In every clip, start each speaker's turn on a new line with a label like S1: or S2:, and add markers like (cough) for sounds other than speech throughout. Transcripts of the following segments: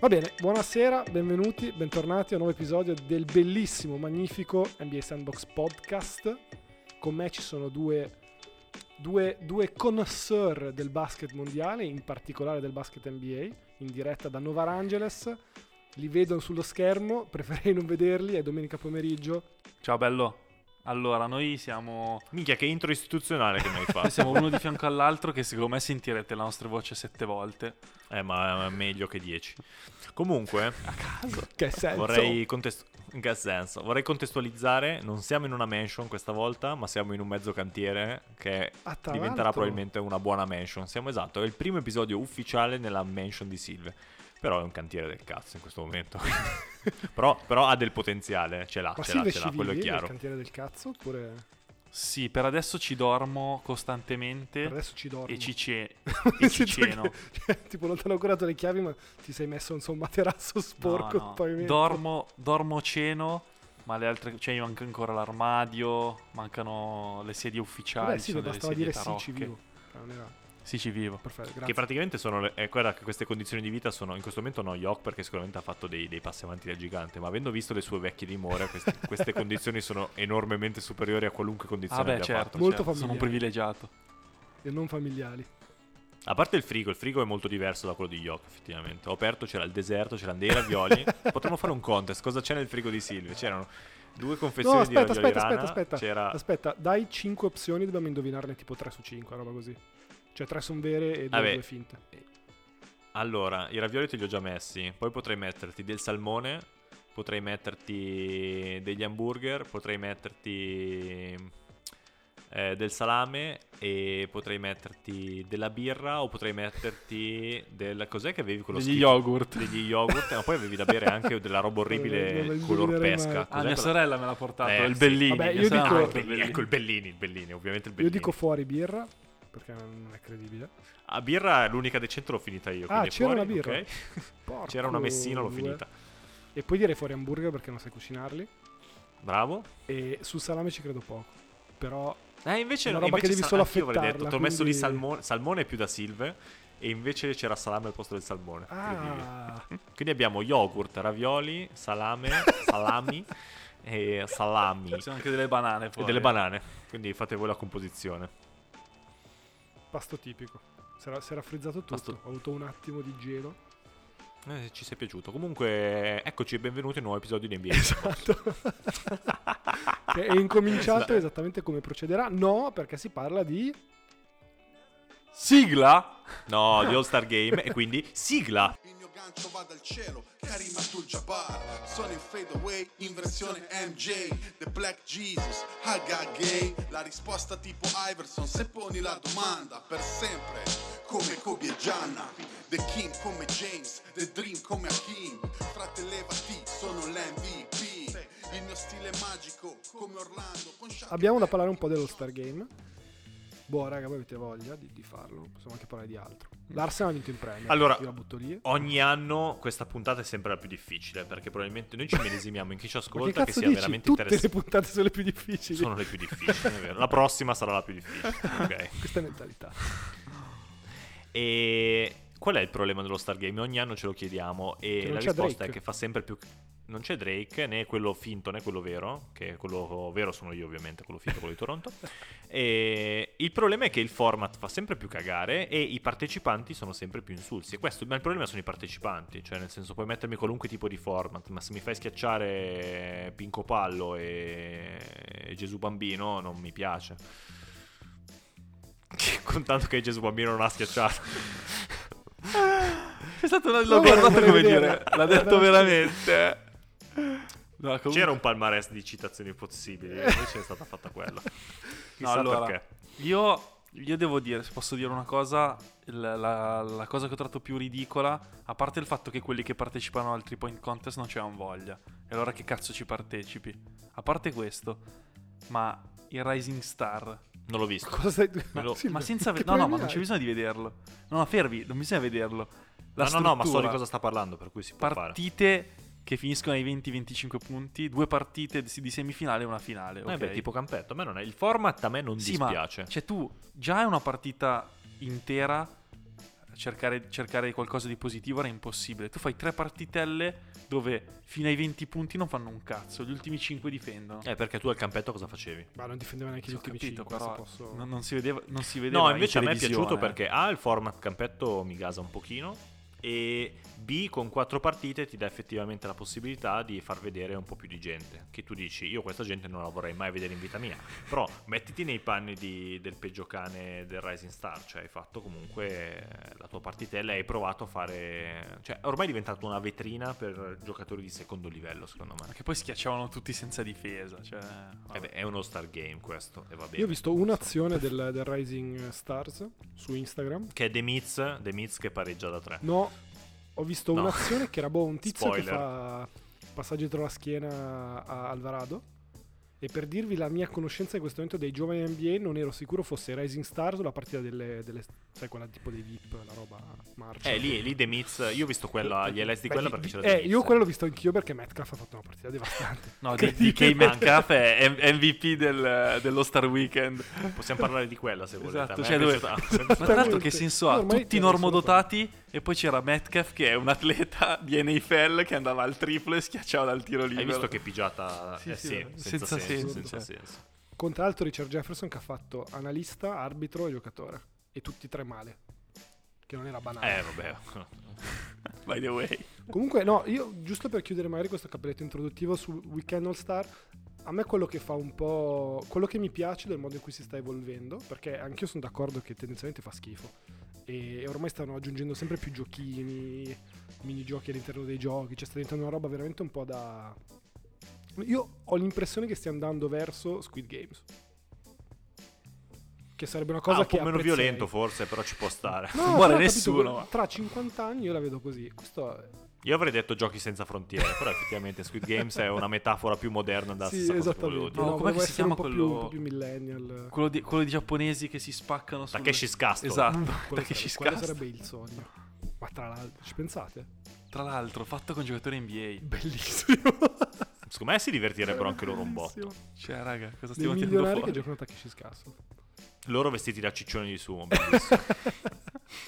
S1: Va bene, buonasera, benvenuti, bentornati a un nuovo episodio del bellissimo, magnifico NBA Sandbox Podcast. Con me ci sono due, due, due connoisseur del basket mondiale, in particolare del basket NBA, in diretta da Nova Angeles. Li vedo sullo schermo, (laughs) preferirei non vederli, è domenica pomeriggio.
S2: Ciao bello. Allora, noi siamo,
S3: Minchia, che intro istituzionale che mi hai
S1: (laughs)
S3: fatto.
S2: siamo uno di fianco all'altro che secondo me sentirete la nostra voce sette volte.
S3: Eh, ma è meglio che 10. Comunque,
S1: Che senso?
S3: vorrei, contest- in che senso? vorrei contestualizzare. Non siamo in una mansion questa volta, ma siamo in un mezzo cantiere che
S1: A Taranto.
S3: diventerà probabilmente una buona mansion. Siamo esatto, è il primo episodio ufficiale nella mansion di Silve. Però è un cantiere del cazzo in questo momento. (laughs) però, però ha del potenziale, ce l'ha,
S1: Ma
S3: ce
S1: Silve
S3: l'ha, ce
S1: ci
S3: l'ha, quello è
S1: vivi nel
S3: chiaro.
S1: cantiere del cazzo oppure
S2: Sì, per adesso ci dormo costantemente
S1: per adesso ci dormo?
S2: e ci, ce-
S1: (laughs) Nel
S2: e ci
S1: senso che-
S2: ceno.
S1: cioè, tipo non ti hanno ancora dato le chiavi ma ti sei messo insomma un materasso sporco
S2: No, no.
S1: sul pavimento.
S2: Dormo, dormo, ceno, ma le altre... Cioè, manca ancora l'armadio, mancano le sedie ufficiali,
S1: Vabbè sì,
S2: ci cioè, sono
S1: bastava
S2: delle sedie
S1: dire sì,
S2: tarocche.
S1: ci vivo. Ah, Non era...
S2: Sì, ci vivo.
S1: Perfetto,
S3: Che
S1: grazie.
S3: praticamente sono le- eh, guarda che queste condizioni di vita sono in questo momento no Yok perché sicuramente ha fatto dei, dei passi avanti da gigante, ma avendo visto le sue vecchie
S1: (laughs)
S3: dimore, queste, queste condizioni sono enormemente superiori a qualunque condizione
S2: Ah beh,
S3: abbia
S2: certo,
S1: Molto
S2: certo, sono un
S1: familiare.
S2: privilegiato.
S1: E non familiari.
S3: fatto. A parte il frigo, il frigo è molto diverso da quello di Yok, effettivamente. Ho aperto, c'era il deserto, c'erano
S1: (laughs)
S3: dei ravioli. Potremmo fare un contest, cosa c'è nel frigo di Silve? C'erano due confezioni
S1: No, aspetta,
S3: di ravioli
S1: aspetta, aspetta,
S3: rana,
S1: aspetta.
S3: c'era
S1: Aspetta, dai 5 opzioni, dobbiamo indovinarne tipo 3 su 5, roba così. Cioè 3 sono vere e 2,
S3: Vabbè.
S1: finte.
S3: Allora, i ravioli te li ho già messi, poi potrei metterti del salmone, potrei metterti degli hamburger, potrei metterti eh, del salame e potrei metterti della birra o potrei metterti del... cos'è che avevi quello
S2: Degli
S3: schifo?
S2: yogurt.
S3: Degli yogurt, eh, ma poi avevi da bere anche della roba
S1: Non lo
S3: orribile
S1: indovinerei
S3: color
S1: mai.
S3: pesca.
S2: Ah,
S3: Cos'è
S2: mia
S3: quella-
S2: sorella me l'ha portato,
S3: Eh,
S2: il
S3: sì.
S2: Bellini.
S1: Vabbè,
S2: mia
S1: io
S2: sorella
S1: dico-
S2: me l'ha
S3: Ah, il
S2: portato,
S3: Bellini, ecco il Bellini, il Bellini, ovviamente
S1: Io
S3: il Bellini.
S1: dico fuori birra, perché non è credibile.
S3: A birra è l'unica decente l'ho finita io,
S1: Ah,
S3: quindi
S1: c'era
S3: fuori,
S1: una birra.
S3: ok? C'era
S1: Porco
S3: una messina, l'ho
S1: due.
S3: finita.
S1: E poi direi fuori hamburger perché non sai cucinarli.
S3: Bravo.
S1: E sul salame ci credo poco. Però
S3: Eh, invece
S1: Una
S3: no,
S1: roba
S3: invece
S1: che devi
S3: sa-
S1: solo
S3: anch'io avrei detto,
S1: affettarla,
S3: ti ho messo lì
S1: quindi-
S3: salmone, salmone è più da Silve e invece c'era salame al posto del salmone. incredibile.
S1: Ah,
S3: Quindi abbiamo yogurt, ravioli, salame,
S1: (laughs)
S3: salami e salami
S2: Ci sono anche delle banane
S3: e
S2: fuori.
S3: delle banane. Quindi fate voi la composizione.
S1: pasto tipico. Si era, si era frizzato tutto.
S3: Pasto-
S1: Ho avuto un attimo di
S3: (laughs)
S1: gelo.
S3: Eh, ci sei piaciuto. Comunque, eccoci e benvenuti a un nuovo episodio di NBA. (laughs)
S1: Esatto. Che è incominciato esattamente come procederà. No, perché si parla di.
S2: Sigla?
S3: No, di All Star Game e quindi sigla.
S4: Il mio gancio va dal cielo, Karim Abdul-Jabbar Sono in fade away, in versione MJ The Black Jesus, Haga Gay La risposta tipo Iverson se poni la domanda Per sempre, come Kobe e Gianna The King come James, The Dream come Hakim Fratellevati, sono l'MVP Il mio stile è magico, come Orlando con Shaq
S1: Abbiamo da
S4: e Kobe.
S1: parlare un po' dello Star Game. Boh, raga, voi avete voglia di, di farlo. Possiamo anche parlare di altro. L'Arsenal ha vinto in premio.
S3: Mm. Allora-
S1: io la butto lì.
S3: Ogni anno questa puntata è sempre la più difficile perché probabilmente noi ci medesimiamo in chi ci
S1: Ma che
S3: ascolta che,
S1: cazzo
S3: sia
S1: dici?
S3: veramente
S1: Tutte
S3: interessante.
S1: le puntate sono le più difficili.
S3: Sono le
S1: (laughs)
S3: più difficili, è vero. La prossima sarà la più difficile. Ok.
S1: Questa è mentalità.
S3: E qual è il problema dello Stargame? Ogni anno ce lo chiediamo
S1: Che
S3: e
S1: non
S3: la
S1: c'è
S3: risposta
S1: Drake.
S3: è che fa sempre più... Non c'è Drake, né quello finto né quello vero, che quello vero sono io ovviamente, quello finto, quello di Toronto. E il problema è che il format fa sempre più cagare e i partecipanti sono sempre più insulsi. E questo, ma il problema sono i partecipanti, cioè nel senso puoi mettermi qualunque tipo di format, ma se mi fai schiacciare Pinco Pallo e, e Gesù Bambino non mi piace. Contanto che Gesù Bambino non ha schiacciato.
S2: (laughs) È stato una...
S1: L'ho
S2: L'ho
S1: guardato
S2: guardato
S1: come
S2: come dire.
S1: dire.
S2: L'ha detto veramente. No, comunque-
S3: C'era un palmarès di citazioni possibili, invece è stata fatta quella. Chissà
S2: allora,
S3: perché.
S2: Io, io devo dire, se posso dire una cosa, il- la, la cosa che ho trovato più ridicola, a parte il fatto che quelli che partecipano al 3 point contest non c'erano voglia, e allora che cazzo ci partecipi? A parte questo, ma il Rising Star,
S3: Non l'ho visto.
S1: Cosa stai
S2: ma,
S1: No, Silvio,
S2: ma senza...
S1: che
S2: ve- No, no, ma
S1: problemi
S2: non c'è
S1: hai?
S2: bisogno di vederlo. No, no, fermi, non bisogna vederlo. La
S3: no, no, no, ma so di
S2: struttura-
S3: cosa sta parlando, per cui si può fare.
S2: partite che finiscono ai 20-25 punti, due partite di di semifinale e una finale.
S3: Eh
S2: ok?
S3: beh, tipo campetto, a me non è. Il format a me non
S2: sì, ma
S3: dispiace.
S2: cioè tu già è una partita intera cercare, cercare qualcosa di positivo era impossibile. Tu fai tre partitelle dove fino ai 20 punti non fanno un cazzo, gli ultimi 5 difendono.
S3: Eh, perché tu al campetto cosa facevi?
S1: Ma non difendeva neanche gli
S2: Ho
S1: ultimi
S2: capito,
S1: 5.
S2: però non, non si vedeva, non si vedeva
S3: No,
S2: in
S3: invece a me è
S2: televisione.
S3: piaciuto perché A, il format campetto mi gasa un pochino. E B, con quattro partite ti dà effettivamente la possibilità di far vedere un po' più di gente. Che tu dici, io questa gente non la vorrei mai vedere in vita mia. Però mettiti nei panni di- del peggio cane del Rising Star. Cioè, hai fatto comunque eh, la tua partitella e hai provato a fare. Cioè, ormai è diventata una vetrina per giocatori di secondo livello, secondo me.
S2: Ma che poi schiacciavano tutti senza difesa. Cioè, vabbè.
S3: Eh beh, è uno star game questo. E va bene.
S1: Io ho visto un'azione del, del Rising Stars su Instagram.
S3: Che è The Miz, The Miz che pareggia da tre.
S1: No, ho visto
S3: No.
S1: un'azione che era boh, un tizio che
S3: Spoiler.
S1: fa passaggio dietro la schiena a Alvarado. E per dirvi la mia conoscenza in questo momento dei giovani NBA, non ero sicuro fosse Rising Stars o la partita delle, delle- sai, quella tipo dei VIP, la roba marcia.
S3: Eh, lì, lì The Miz, io ho visto quella, gli LS di
S1: Beh,
S3: quella
S1: di-
S3: perché
S1: di-
S3: c'era
S1: Eh,
S3: The Miz.
S1: io quello l'ho visto anch'io perché Metcalf ha fatto una partita devastante. (laughs)
S2: No, di, di
S1: Incredibile.
S2: Kay Metcalf è M- MVP del, dello Star Weekend.
S3: Possiamo parlare di quella se volete.
S2: Esatto,
S3: A me
S2: cioè
S3: è (laughs)
S2: dove...
S3: piaciuta-
S2: Ma tra l'altro che senso ha?
S1: Io ormai
S2: Tutti
S1: te ne sono
S2: normodotati e poi c'era Metcalf che è un atleta di NFL che andava al triplo e schiacciava dal tiro libero.
S3: Hai visto che pigiata
S2: Sì,
S3: eh,
S2: sì,
S3: sì,
S2: no,
S3: senza,
S2: senza
S3: senso,
S2: senso.
S3: senza senso.
S1: Contro l'altro Richard Jefferson che ha fatto analista, arbitro e giocatore. E tutti e tre male. Che non era banale.
S3: Eh, (laughs) vabbè.
S2: By the way.
S1: Comunque, no, io giusto per chiudere magari questo capelletto introduttivo su Weekend All Star, a me quello che fa un po'. quello che mi piace del modo in cui si sta evolvendo, perché anch'io sono d'accordo che tendenzialmente fa schifo. E ormai stanno aggiungendo sempre più giochini, minigiochi all'interno dei giochi, cioè sta diventando una roba veramente un po' da. Io ho l'impressione che stia andando verso Squid Games. Che sarebbe una cosa
S3: Ah, un
S1: che.
S3: po' meno
S1: apprezzerei.
S3: violento forse, però ci può stare.
S1: No,
S2: Non
S1: però
S2: muore
S1: ho capito,
S2: nessuno.
S1: Tra 50 anni io la vedo così. Questo è-
S3: Io avrei detto giochi senza frontiere, però effettivamente Squid Games è una metafora più moderna
S1: (laughs)
S3: da
S1: sì,
S3: stessa cosa che volevo
S1: esattamente.
S3: dire.
S2: No,
S1: No,
S2: com'è
S1: volevo
S2: che si
S1: essere un
S2: chiama
S1: po' più-
S2: quello-
S1: un po' più millennial.
S2: Quello di, quello di giapponesi che si spaccano sul...
S3: Takeshi Scasto.
S2: Esatto,
S1: Mm, Quello
S2: Takeshi
S1: sarebbe- quello
S2: Scasto.
S1: sarebbe il sogno. Ma tra l'altro, ci pensate?
S2: Tra l'altro, fatto con giocatori NBA.
S1: (laughs) Bellissimo.
S3: Secondo me si
S1: Eh,
S3: divertirebbero anche loro un
S1: Bellissimo.
S3: botto.
S2: Cioè, raga, cosa
S1: Dei
S2: stiamo tirando
S1: milionari
S2: fuori?
S1: che giocano a Takeshi Scasso.
S3: Loro vestiti da ciccioni
S1: (laughs)
S3: di sumo, bellissimo.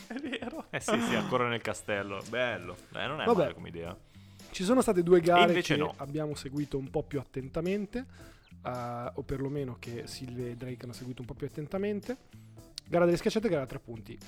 S2: È vero.
S3: eh sì, sì, ancora nel castello. Bello. Eh, non è
S1: Vabbè.
S3: male come idea.
S1: Ci sono state due gare
S3: invece
S1: che
S3: no.
S1: abbiamo seguito un po' più attentamente, eh, o perlomeno che Silve e Drake hanno seguito un po' più attentamente. Gara delle schiacciate e gara a tre punti.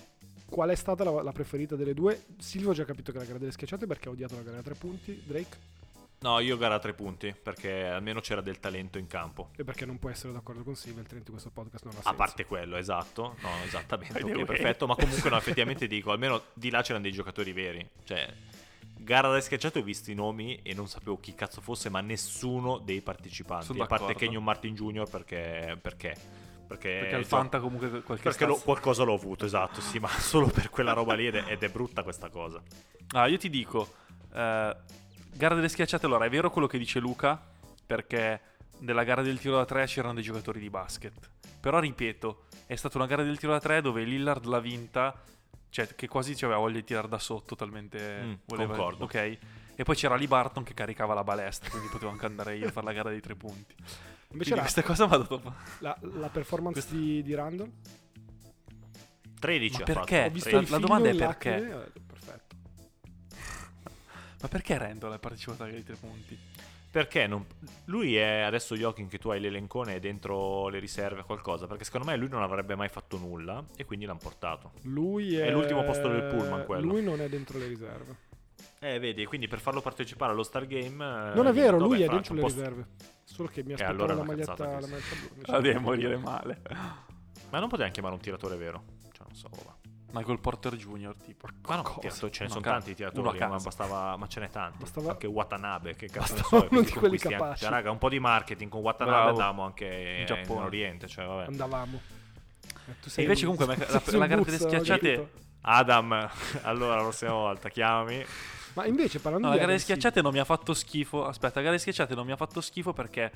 S1: Qual è stata la, la preferita delle due? Silvio ho già capito che è la gara delle schiacciate perché ha odiato la gara a tre punti, Drake,
S3: No, io gara a tre punti, perché almeno c'era del talento in campo.
S1: e perché non può essere d'accordo con Silvio, altrimenti questo podcast non ha senso.
S3: A parte quello, esatto. No, esattamente.
S2: By the
S3: ok,
S2: way.
S3: perfetto. Ma
S2: (laughs)
S3: comunque, no, effettivamente dico, almeno di là c'erano dei giocatori veri. Cioè, gara da schiacciato ho visto i nomi e non sapevo chi cazzo fosse, ma nessuno dei partecipanti.
S2: Sono
S3: a parte
S2: d'accordo.
S3: Kenyon Martin Jr. perché... Perché, perché,
S2: Perché al
S3: cioè,
S2: Fanta comunque qualche
S3: perché lo-
S2: stazza-
S3: qualcosa l'ho avuto, esatto, sì, ma (laughs) solo per quella roba lì ed è, ed è brutta questa cosa.
S2: Ah, io ti dico, eh, gara delle schiacciate, allora è vero quello che dice Luca, perché nella gara del tiro da 3 c'erano dei giocatori di basket. Però ripeto, è stata una gara del tiro da 3 dove Lillard l'ha vinta, cioè che quasi ci aveva voglia di tirare da sotto, talmente
S3: Mm,
S2: voleva.
S3: concordo.
S2: Ok. E poi c'era Lee Barton che caricava la balestra, quindi potevo anche andare io a fare la gara dei tre punti.
S1: Invece
S2: Invece
S1: la,
S2: questa cosa mi ha dato fa-
S1: la- la performance di, di Randall
S3: 13
S2: Ma
S3: ha
S2: perché?
S3: fatto.
S2: Eh,
S1: Ho visto
S2: la-
S1: il
S2: la
S1: figlio
S2: domanda è
S1: in
S2: perché?
S1: lacrime, eh, Perfetto.
S2: Ma perché Randall ha partecipato alla gara dei tre punti?
S3: Perché non... lui è adesso Jokin che tu hai l'elencone e dentro le riserve qualcosa, perché secondo me lui non avrebbe mai fatto nulla e quindi l'hanno portato.
S1: Lui è,
S3: È l'ultimo posto del pullman, quello.
S1: Lui non è dentro le riserve.
S3: Eh, vedi, quindi per farlo partecipare allo Star
S2: Eh,
S3: Game eh,
S1: non è vero, lui è dentro le riserve. Solo che mi aspettavo
S3: allora è
S1: la,
S3: una
S1: maglietta,
S3: cazzata
S1: la
S3: che
S1: maglietta blu. invece
S2: La
S1: no.
S2: devi Ah, morire male.
S3: Ma non potevano chiamare un tiratore vero? Cioè, non so, va.
S2: Michael Porter Jr. tipo.
S3: Ma no,
S2: Cosa?
S3: tiratori- ce ne
S2: Uno
S3: sono
S2: a ca-
S3: tanti i
S2: uno a
S3: tiratori, ma,
S2: casa.
S3: bastava- ma ce n'è tanti.
S1: Bastava-
S3: Anche Watanabe, che cazzo ne
S1: bastava
S3: so, e
S1: uno
S3: quindi
S1: di quelli
S3: conquisti anche-
S1: capaci.
S3: Cioè, raga, un po' di marketing con Watanabe
S2: Bravo.
S3: andavamo anche
S2: In
S3: in,
S2: Giappone.
S3: Oriente, cioè, vabbè.
S1: Andavamo. Eh, tu
S2: E invece comunque
S1: (laughs)
S2: la- la-
S1: sei un
S2: la gara delle
S1: buzzo, ho
S2: schiacciate-
S1: capito.
S3: Adam, (laughs) allora la prossima volta chiamami.
S1: Ma invece parlando
S2: No, la
S1: di
S2: gara delle
S1: Adam
S2: schiacciate non mi ha fatto schifo. Aspetta, la gara delle schiacciate non mi ha fatto schifo perché.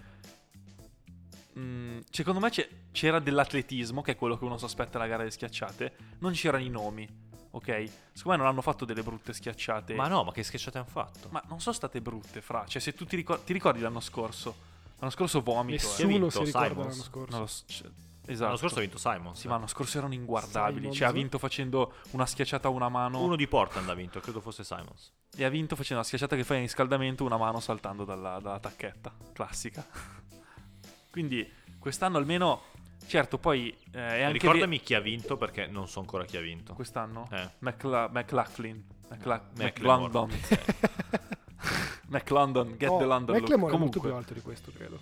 S2: mm, secondo me c'è- c'era dell'atletismo, che è quello che uno si aspetta alla gara delle schiacciate. Non c'erano i nomi, ok? Secondo me non hanno fatto delle brutte schiacciate.
S3: Ma no, ma che schiacciate hanno fatto?
S2: Ma non sono state brutte, fra. Cioè, se tu ti, ricor- ti ricordi l'anno scorso? L'anno scorso vomito. eh.
S1: Silva, Nessuno
S3: vinto,
S1: si ricorda
S3: Simons.
S1: l'anno scorso.
S2: Non lo so, cioè, Esatto.
S3: L'anno scorso ha vinto Simon.
S2: Sì, ma l'anno scorso erano inguardabili. Cioè, ha
S1: Simons.
S2: vinto facendo una schiacciata a una mano.
S3: Uno di Portland ha vinto, credo fosse Simons.
S2: E ha vinto facendo la schiacciata che fa in riscaldamento, una mano saltando dalla, dalla tacchetta. Classica. (laughs) Quindi, quest'anno almeno. Certo, poi eh, è anche. ve-
S3: Ricordami chi ha vinto perché non so ancora chi ha vinto.
S2: Quest'anno?
S3: Eh.
S2: McLa- McLaughlin. McLa-
S3: Macklemore.
S2: McLondon.
S3: Eh.
S1: (laughs)
S2: McLondon, get
S1: No,
S2: the London look.
S1: McLemore Oh, è molto
S2: Comunque,
S1: più alto di questo, credo.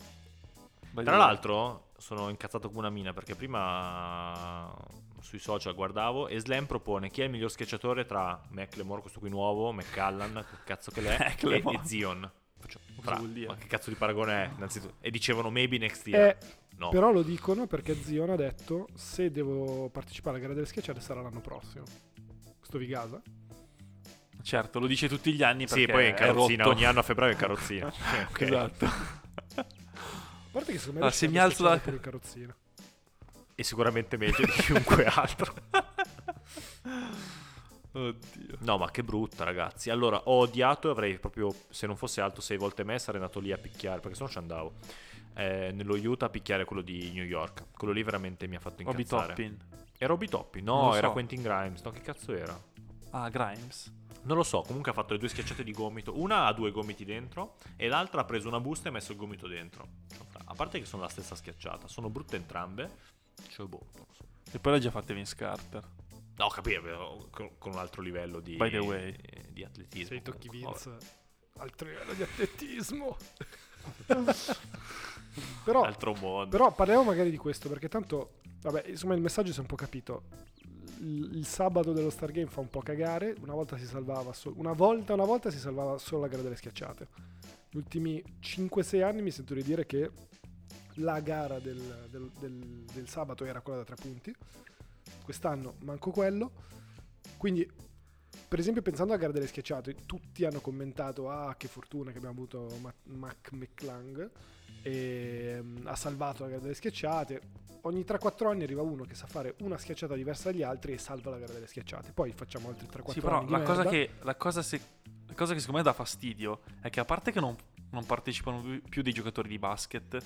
S2: by the
S3: Tra
S2: way.
S3: l'altro sono incazzato come una mina perché prima sui social guardavo e Slam propone chi è il miglior schiacciatore tra Mclemore, questo qui nuovo, McCallan, che cazzo che
S2: (laughs)
S3: l'è, e,
S2: Macklemore.
S3: e Zion. Faccio,
S2: Cosa
S3: fra,
S2: vuol dire?
S3: ma che cazzo di paragone è innanzitutto? E dicevano maybe next year.
S1: Eh,
S3: no.
S1: Però lo dicono perché Zion ha detto se devo partecipare alla gara delle schiacciate sarà l'anno prossimo. Questo vi gasa?
S2: Certo, lo dice tutti gli anni.
S3: sì,
S2: perché
S3: poi è in
S2: è
S3: carrozzina,
S2: rotto. (laughs)
S3: ogni anno a febbraio è in carrozzina. Eh, ok.
S2: Esatto.
S1: A parte che secondo me
S2: Ah,
S1: riesce
S2: se
S1: a
S2: mi alzo
S1: schiacciare
S2: la-
S1: per il carrozzino.
S3: E sicuramente meglio
S2: (laughs)
S3: di chiunque altro.
S2: Oddio.
S3: No, ma che brutta, ragazzi. Allora, ho odiato e avrei proprio, se non fosse alto sei volte me, sarei andato lì a picchiare, perché sennò ci andavo. Eh, nello Utah a picchiare quello di New York. Quello lì veramente mi ha fatto
S2: Bobby
S3: incazzare.
S2: Toppin.
S3: Era Obi Toppi?
S2: Non
S3: No,
S2: lo
S3: era
S2: so.
S3: Quentin Grimes. No, che cazzo era?
S2: Ah, Grimes.
S3: Non lo so, comunque ha fatto le due schiacciate di gomito. Una ha due gomiti dentro e l'altra ha preso una busta e ha messo il gomito dentro. Cioè, fra- A parte che sono la stessa schiacciata, sono brutte entrambe. Cioè, boh, non lo so.
S2: E poi l'ha già fatta Vince Carter.
S3: No, capivo, con con un altro livello di,
S2: By the way.
S3: eh, di atletismo.
S1: Se i tocchi
S3: comunque, vabbè.
S1: Vince altro livello di atletismo. (laughs) però,
S3: Altro mondo.
S1: però parliamo magari di questo perché tanto, vabbè, insomma il messaggio si è un po' capito. Il, il sabato dello Stargame fa un po' cagare, una volta si salvava solo una volta, una volta si salvava solo la gara delle schiacciate. Gli ultimi 5-6 anni mi sento di dire che la gara del, del- del- del sabato era quella da tre punti. Quest'anno manco quello. Quindi, per esempio, pensando alla gara delle schiacciate, tutti hanno commentato: Ah, che fortuna che abbiamo avuto Ma- Mac McClung. E, mm, ha salvato la gara delle schiacciate. Ogni 3-4 anni arriva uno che sa fare una schiacciata diversa dagli altri e salva la gara delle schiacciate. Poi facciamo altri 3-4
S2: Sì, però
S1: anni. di
S2: la cosa,
S1: merda.
S2: che, la, cosa se- la cosa che secondo me dà fastidio è che a parte che non, non partecipano pi- più dei giocatori di basket,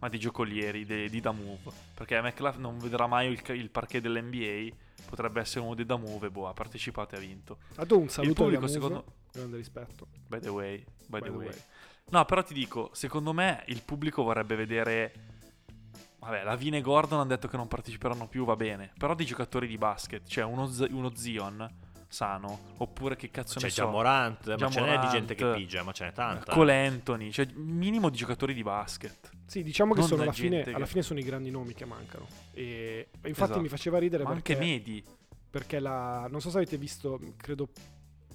S2: ma dei giocolieri, de- di da move, perché McLaughlin non vedrà mai il, il parquet dell'NBA, potrebbe essere uno dei da move, boh, ha partecipato e ha vinto.
S1: Tanto Ah, un saluto
S2: pubblico,
S1: alla Muso,
S2: secondo-
S1: grande rispetto.
S2: By the way, by, the, way. No, però ti dico, secondo me il pubblico vorrebbe vedere... Vabbè, la Vine e Gordon hanno detto che non parteciperanno più, va bene. Però dei giocatori di basket, cioè uno, Z- uno Zion sano, oppure che cazzo
S3: C'è
S2: ne
S3: già
S2: so...
S3: Morant, ma
S2: Gian
S3: ce n'è di gente che
S2: Morant.
S3: pigia, ma ce n'è tanta.
S2: Cole Anthony, cioè minimo di giocatori di basket.
S1: Sì, diciamo che
S2: Non
S1: sono
S2: la
S1: alla fine,
S2: gente che-
S1: alla fine sono i grandi nomi che mancano. E e infatti
S2: Esatto.
S1: mi faceva ridere
S2: Ma
S1: perché,
S2: anche Medi.
S1: perché la, non so se avete visto, credo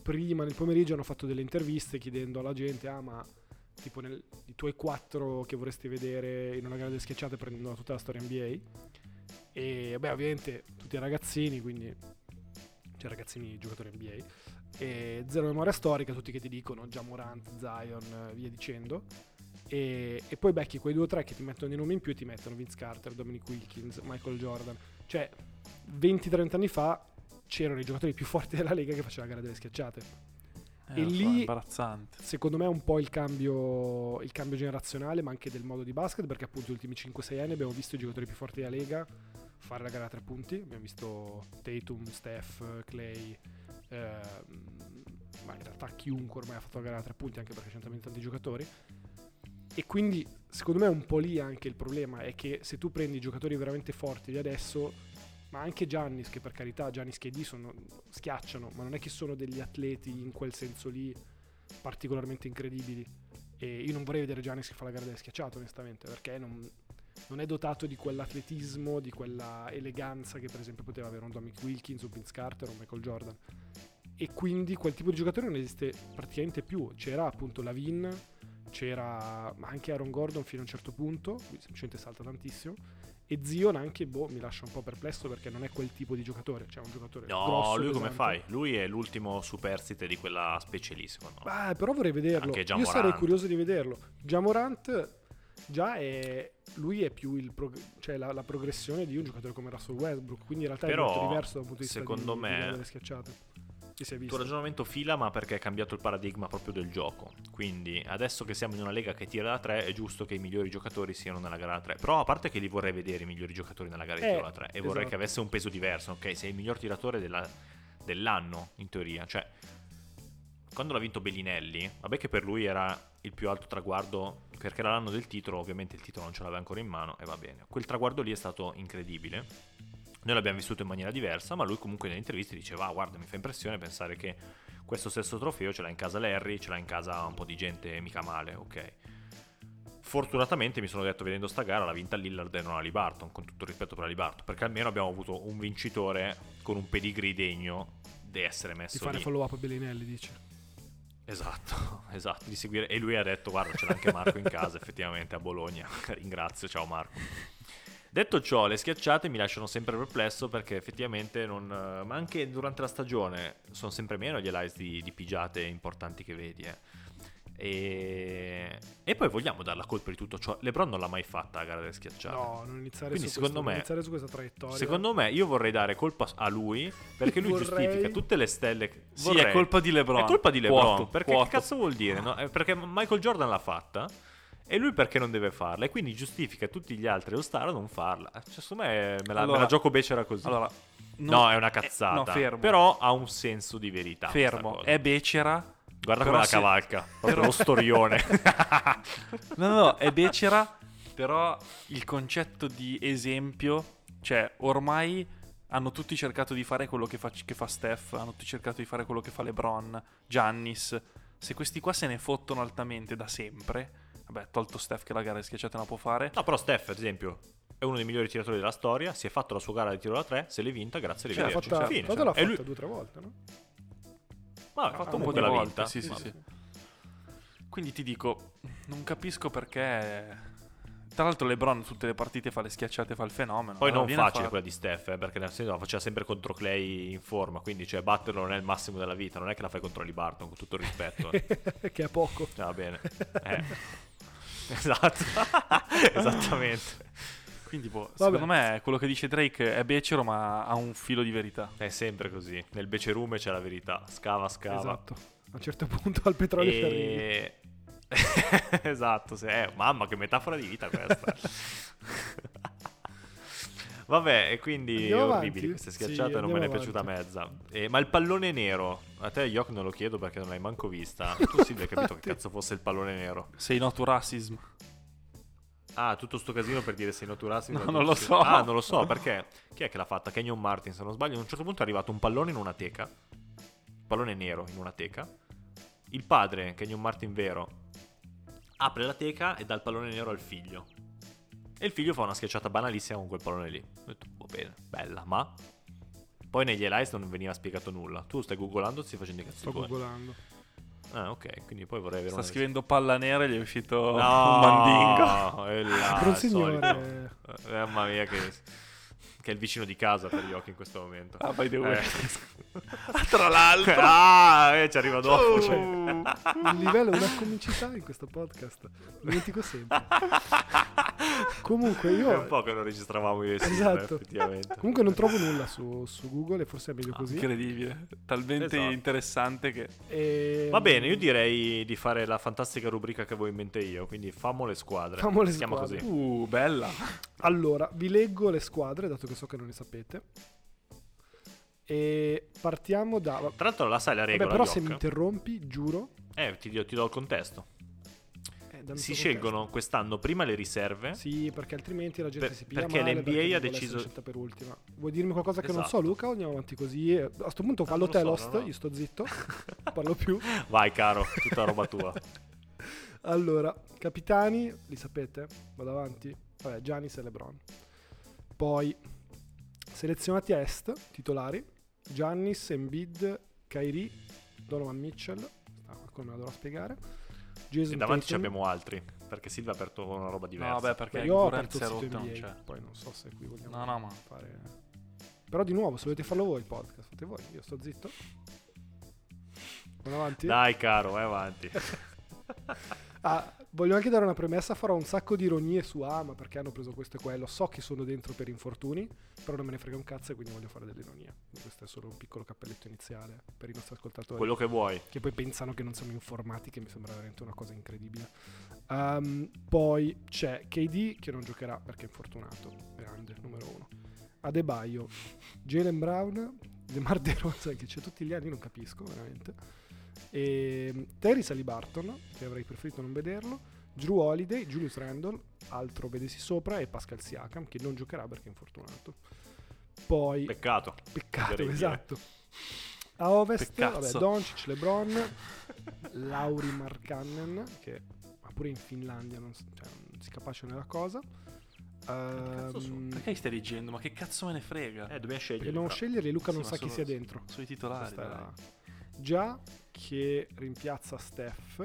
S1: prima nel pomeriggio hanno fatto delle interviste chiedendo alla gente, ah ma tipo nel- i tuoi quattro che vorresti vedere in una gara delle schiacciate prendendo tutta la storia NBA. E beh, ovviamente tutti ragazzini, quindi cioè ragazzini giocatori NBA. E zero memoria storica, tutti che ti dicono già Morant, Zion, eh, via dicendo. E, e poi becchi quei due o tre che ti mettono i nomi in più e ti mettono Vince Carter, Dominic Wilkins, Michael Jordan. Cioè, 20-30 anni fa c'erano i giocatori più forti della Lega che facevano la gara delle schiacciate.
S2: Eh,
S1: E
S2: lo so,
S1: lì-
S2: è imbarazzante.
S1: Secondo me è un po' il cambio, il cambio generazionale, ma anche del modo di basket, perché appunto gli ultimi 5-6 anni abbiamo visto i giocatori più forti della Lega fare la gara a tre punti. Abbiamo visto Tatum, Steph, Clay, ehm, ma in realtà chiunque ormai ha fatto la gara a tre punti, anche perché c'è talmente tanti giocatori. E quindi secondo me è un po' lì anche il problema, è che se tu prendi i giocatori veramente forti di adesso, ma anche Giannis, che per carità Giannis che D sono, schiacciano, ma non è che sono degli atleti in quel senso lì particolarmente incredibili. E io non vorrei vedere Giannis che fa la gara delle schiacciate, onestamente, perché non, non è dotato di quell'atletismo, di quella eleganza che per esempio poteva avere un Dominic Wilkins, un Vince Carter o un Michael Jordan. E quindi quel tipo di giocatore non esiste praticamente più. C'era appunto Lavin, c'era ma anche Aaron Gordon fino a un certo punto, lui semplicemente salta tantissimo. E Zion anche, boh, mi lascia un po' perplesso perché non è quel tipo di giocatore. Cioè, un giocatore
S3: No,
S1: grosso,
S3: lui come
S1: pesante.
S3: fai? Lui è l'ultimo superstite di quella specie lì, secondo me.
S1: Beh, Eh, però vorrei vederlo.
S3: Anche
S1: Io
S3: Gian
S1: sarei
S3: Morant.
S1: curioso di vederlo. Gian Morant già è lui è più il prog- cioè la, la progressione di un giocatore come Russell Westbrook, quindi in realtà
S3: Però,
S1: è molto diverso da un punto di vista
S3: secondo
S1: di,
S3: me-
S1: di livello delle schiacciate. Chi si è
S3: Il tuo
S1: visto?
S3: ragionamento fila, ma perché hai cambiato il paradigma proprio del gioco. Quindi, adesso che siamo in una lega che tira da 3, è giusto che i migliori giocatori siano nella gara da 3. Però, a parte che li vorrei vedere i migliori giocatori nella gara di
S1: Eh,
S3: tiro da 3, e vorrei
S1: esatto.
S3: che avesse un peso diverso. Ok, sei il miglior tiratore della- dell'anno, in teoria. Cioè, quando l'ha vinto Bellinelli, vabbè che per lui era il più alto traguardo, perché era l'anno del titolo, ovviamente il titolo non ce l'aveva ancora in mano e va bene. Quel traguardo lì è stato incredibile. Noi l'abbiamo vissuto in maniera diversa, ma lui comunque nelle interviste diceva, "Ah, guarda, mi fa impressione pensare che questo stesso trofeo ce l'ha in casa Larry, ce l'ha in casa un po' di gente mica male, ok. Fortunatamente mi sono detto vedendo sta gara l'ha vinta Lillard e non la Libarton, con tutto il rispetto per la Libarton, perché almeno abbiamo avuto un vincitore con un pedigree degno di essere messo
S1: Di fare
S3: lì.
S1: follow up a Bellinelli, dice.
S3: Esatto, (laughs) esatto, di seguire. E lui ha detto, guarda, c'era anche Marco in casa, effettivamente, a Bologna. (laughs) Ringrazio, ciao Marco. Detto ciò, le schiacciate mi lasciano sempre perplesso perché effettivamente non... eh, Ma anche durante la stagione sono sempre meno gli allies di, di pigiate importanti che vedi, eh. E... e poi vogliamo dar la colpa di tutto ciò. Lebron non l'ha mai fatta la gara delle schiacciate.
S1: No, non iniziare,
S3: Quindi,
S1: su
S3: secondo
S1: questo-
S3: me-
S1: iniziare su questa traiettoria.
S3: Secondo me io vorrei dare colpa a lui
S2: (laughs)
S3: perché lui
S1: Vorrei-
S3: giustifica tutte le stelle.
S2: Sì, è colpa di LeBron.
S3: È colpa di LeBron.
S2: Vuoto,
S3: perché
S2: vuoto.
S3: che cazzo vuol dire? no? Eh, Perché Michael Jordan l'ha fatta e lui perché non deve farla? E quindi giustifica tutti gli altri lo star a non farla. Cioè, secondo me me la,
S2: Allora-
S3: me la gioco becera così.
S2: Allora,
S3: no, è una
S2: eh,
S3: cazzata.
S2: no, fermo.
S3: Però ha un senso di verità. questa
S2: fermo,
S3: cosa.
S2: è becera.
S3: Guarda
S2: però
S3: come la
S2: se- (laughs)
S3: cavalca. Proprio
S2: però- (laughs)
S3: lo storione.
S2: No, no, no, è becera, però il concetto di esempio, cioè ormai hanno tutti cercato di fare quello che fa, che fa Steph, hanno tutti cercato di fare quello che fa LeBron, Giannis. Se questi qua se ne fottono altamente da sempre, vabbè, tolto Steph che la gara è schiacciata non la può fare,
S3: no, però Steph, ad esempio... È uno dei migliori tiratori della storia. Si è fatto la sua gara di tiro da 3. Se l'è vinta, grazie a
S1: Cioè, l'ha
S2: Certo,
S1: fatta,
S2: cioè,
S1: tanto l'ha fatta due o tre volte, no? Ah,
S3: Ma ha
S2: ha
S3: fatto
S2: fatto un po'
S3: comunque
S2: di
S3: la
S2: volte,
S3: vinta.
S2: sì, sì,
S3: Vabbè.
S2: sì. Quindi ti dico, non capisco perché... Tra l'altro LeBron tutte le partite fa le schiacciate, fa il fenomeno.
S3: Poi
S2: allora
S3: non
S2: viene a
S3: facile
S2: farlo.
S3: quella di Steph, eh, perché nel senso la faceva sempre contro Clay in forma, quindi cioè batterlo non è il massimo della vita, non è che la fai contro Libarton, con tutto il rispetto.
S1: (laughs) (laughs)
S3: eh.
S1: che è poco.
S3: Cioè, va bene. Eh. Esatto. (laughs) Esattamente.
S2: Quindi, boh, secondo me quello che dice Drake è becero, ma ha un filo di verità.
S3: È sempre così. Nel becerume c'è la verità. Scava, scava.
S1: Esatto. A un certo punto al petrolio ci arrivi.
S3: E... (laughs) esatto, sì. Eh, mamma che metafora di vita questa. (laughs) Vabbè, e quindi
S1: Andiamo avanti?
S3: orribili queste schiacciate,
S1: Sì,
S3: non me ne è
S1: andiamo
S3: piaciuta mezza. Eh, ma il pallone nero, a te Yok non lo chiedo perché non l'hai manco
S1: (laughs)
S3: vista. Tu Silvia hai capito che
S1: Infatti.
S3: cazzo fosse il pallone nero.
S2: Sei no to racism.
S3: Ah, tutto sto casino per dire sei naturassi.
S2: No, non lo so.
S3: Ah, non lo so, perché? Chi è che l'ha fatta? Kenyon Martin, se non sbaglio. A un certo punto è arrivato un pallone in una teca. Un pallone nero in una teca. Il padre, Kenyon Martin vero, apre la teca e dà il pallone nero al figlio. E il figlio fa una schiacciata banalissima con quel pallone lì. Ho detto, va bene, bella, ma... Poi negli highlights non veniva spiegato nulla. Tu stai googolando e stai facendo i cazzi
S1: Sto
S3: tuoi.
S1: googolando.
S3: Ah, ok, quindi poi vorrei avere
S2: Sta
S3: una...
S2: scrivendo palla nera e gli è uscito un mandingo.
S3: No, è
S1: Per
S3: là,
S1: un
S3: al Ah, solito.
S1: signore.
S3: Eh, Mamma mia, che, che è il vicino di casa per gli occhi in questo momento.
S2: Ah, by the way. (laughs)
S3: Ah, Tra l'altro, ah, eh, ci arriva dopo.
S1: Oh.
S3: cioè.
S1: Il livello è una comicità in questo podcast. Lo dimentico sempre. Comunque io-
S3: È un po' che non registravamo io e Silvia,
S1: Esatto.
S3: effettivamente.
S1: Comunque non trovo nulla su, su Google e forse è meglio così.
S2: Incredibile. Talmente
S3: Esatto.
S2: interessante che...
S1: E-
S3: Va bene, io direi di fare la fantastica rubrica che avevo in mente io, quindi famo le squadre.
S1: Famo le
S3: si chiama
S1: squadre.
S3: così.
S2: Uh, bella.
S1: Allora, vi leggo le squadre, dato che so che non le sapete. E partiamo da... Vabbè,
S3: Tra l'altro la sai la regola,
S1: però se mi
S3: Jok?
S1: interrompi, giuro...
S3: Eh, ti, do- ti do il contesto.
S1: eh, dammi
S3: Si
S1: un
S3: scelgono quest'anno prima le riserve.
S1: contesto. Sì, perché altrimenti la gente
S3: Eh? Per-
S1: si piglia
S3: perché
S1: male,
S3: l'NBA
S1: perché
S3: ha
S1: vuole essere
S3: deciso-
S1: scelta per ultima. Vuoi dirmi qualcosa che non so,
S3: Esatto. Ah,
S1: Luca? O andiamo avanti così? Eh, A sto punto fallo
S3: non lo
S1: te,
S3: so,
S1: Lost,
S3: no, no.
S1: io sto
S3: (laughs)
S1: zitto, non parlo più.
S3: Vai
S1: (laughs)
S3: caro, tutta roba tua.
S1: Allora, capitani, li sapete? Vado avanti. Vabbè, Giannis e LeBron. Poi, selezionati a est, titolari. Giannis, Embiid, Kairi, Donovan Mitchell. Ah, Qualcuno me la dovrà spiegare. Jason
S3: E davanti ci
S1: Tatum.
S3: abbiamo altri, perché Silvia ha aperto una roba diversa.
S2: No, vabbè, perché
S1: Io ho
S2: Durant
S1: aperto
S2: si
S1: il sito
S2: è rotto, cioè. non
S1: NBA,
S2: c'è.
S1: Poi non so se qui vogliamo
S2: No, no, ma-
S1: fare... Però di nuovo, se volete farlo voi il podcast, fate voi. Io sto zitto. Andiamo avanti.
S2: Ecco.
S3: Dai, caro, vai avanti.
S1: Ah, Voglio anche dare una premessa, farò un sacco di ironie su Ama perché hanno preso questo e quello. So che sono dentro per infortuni, però non me ne frega un cazzo e quindi voglio fare delle ironie. Questo è solo un piccolo cappelletto iniziale per i nostri ascoltatori
S3: Quello che vuoi.
S1: che poi pensano che non siamo informati, che mi sembra veramente una cosa incredibile. Ehm, poi c'è KD che non giocherà perché è infortunato, grande, numero uno. Adebayo, Jalen Brown, DeMar (laughs) DeRozan che c'è tutti gli anni, non capisco veramente. E Terry Salibarton, che avrei preferito non vederlo. Drew Holiday, Julius Randle, altro vedesi sopra, e Pascal Siakam che non giocherà perché è infortunato. Poi
S3: Peccato.
S1: Peccato,
S3: Direi di
S1: esatto. A ovest,
S2: Peccazzo.
S1: vabbè, Doncic, LeBron, Lauri Markkanen, che ma pure in Finlandia non, s- cioè, non si capace nella cosa.
S3: cazzo sono?
S1: Ehm,
S2: (laughs) Perché li stai leggendo? Ma che cazzo me ne frega?
S3: Eh, dobbiamo
S1: perché
S3: scegliere.
S1: dobbiamo
S3: fra.
S1: scegliere, Luca
S2: Sì,
S1: non
S2: ma
S1: sa chi
S2: sono-
S1: sia dentro.
S2: Sui titolari.
S1: Questa
S2: dai.
S1: era- Già che rimpiazza Steph,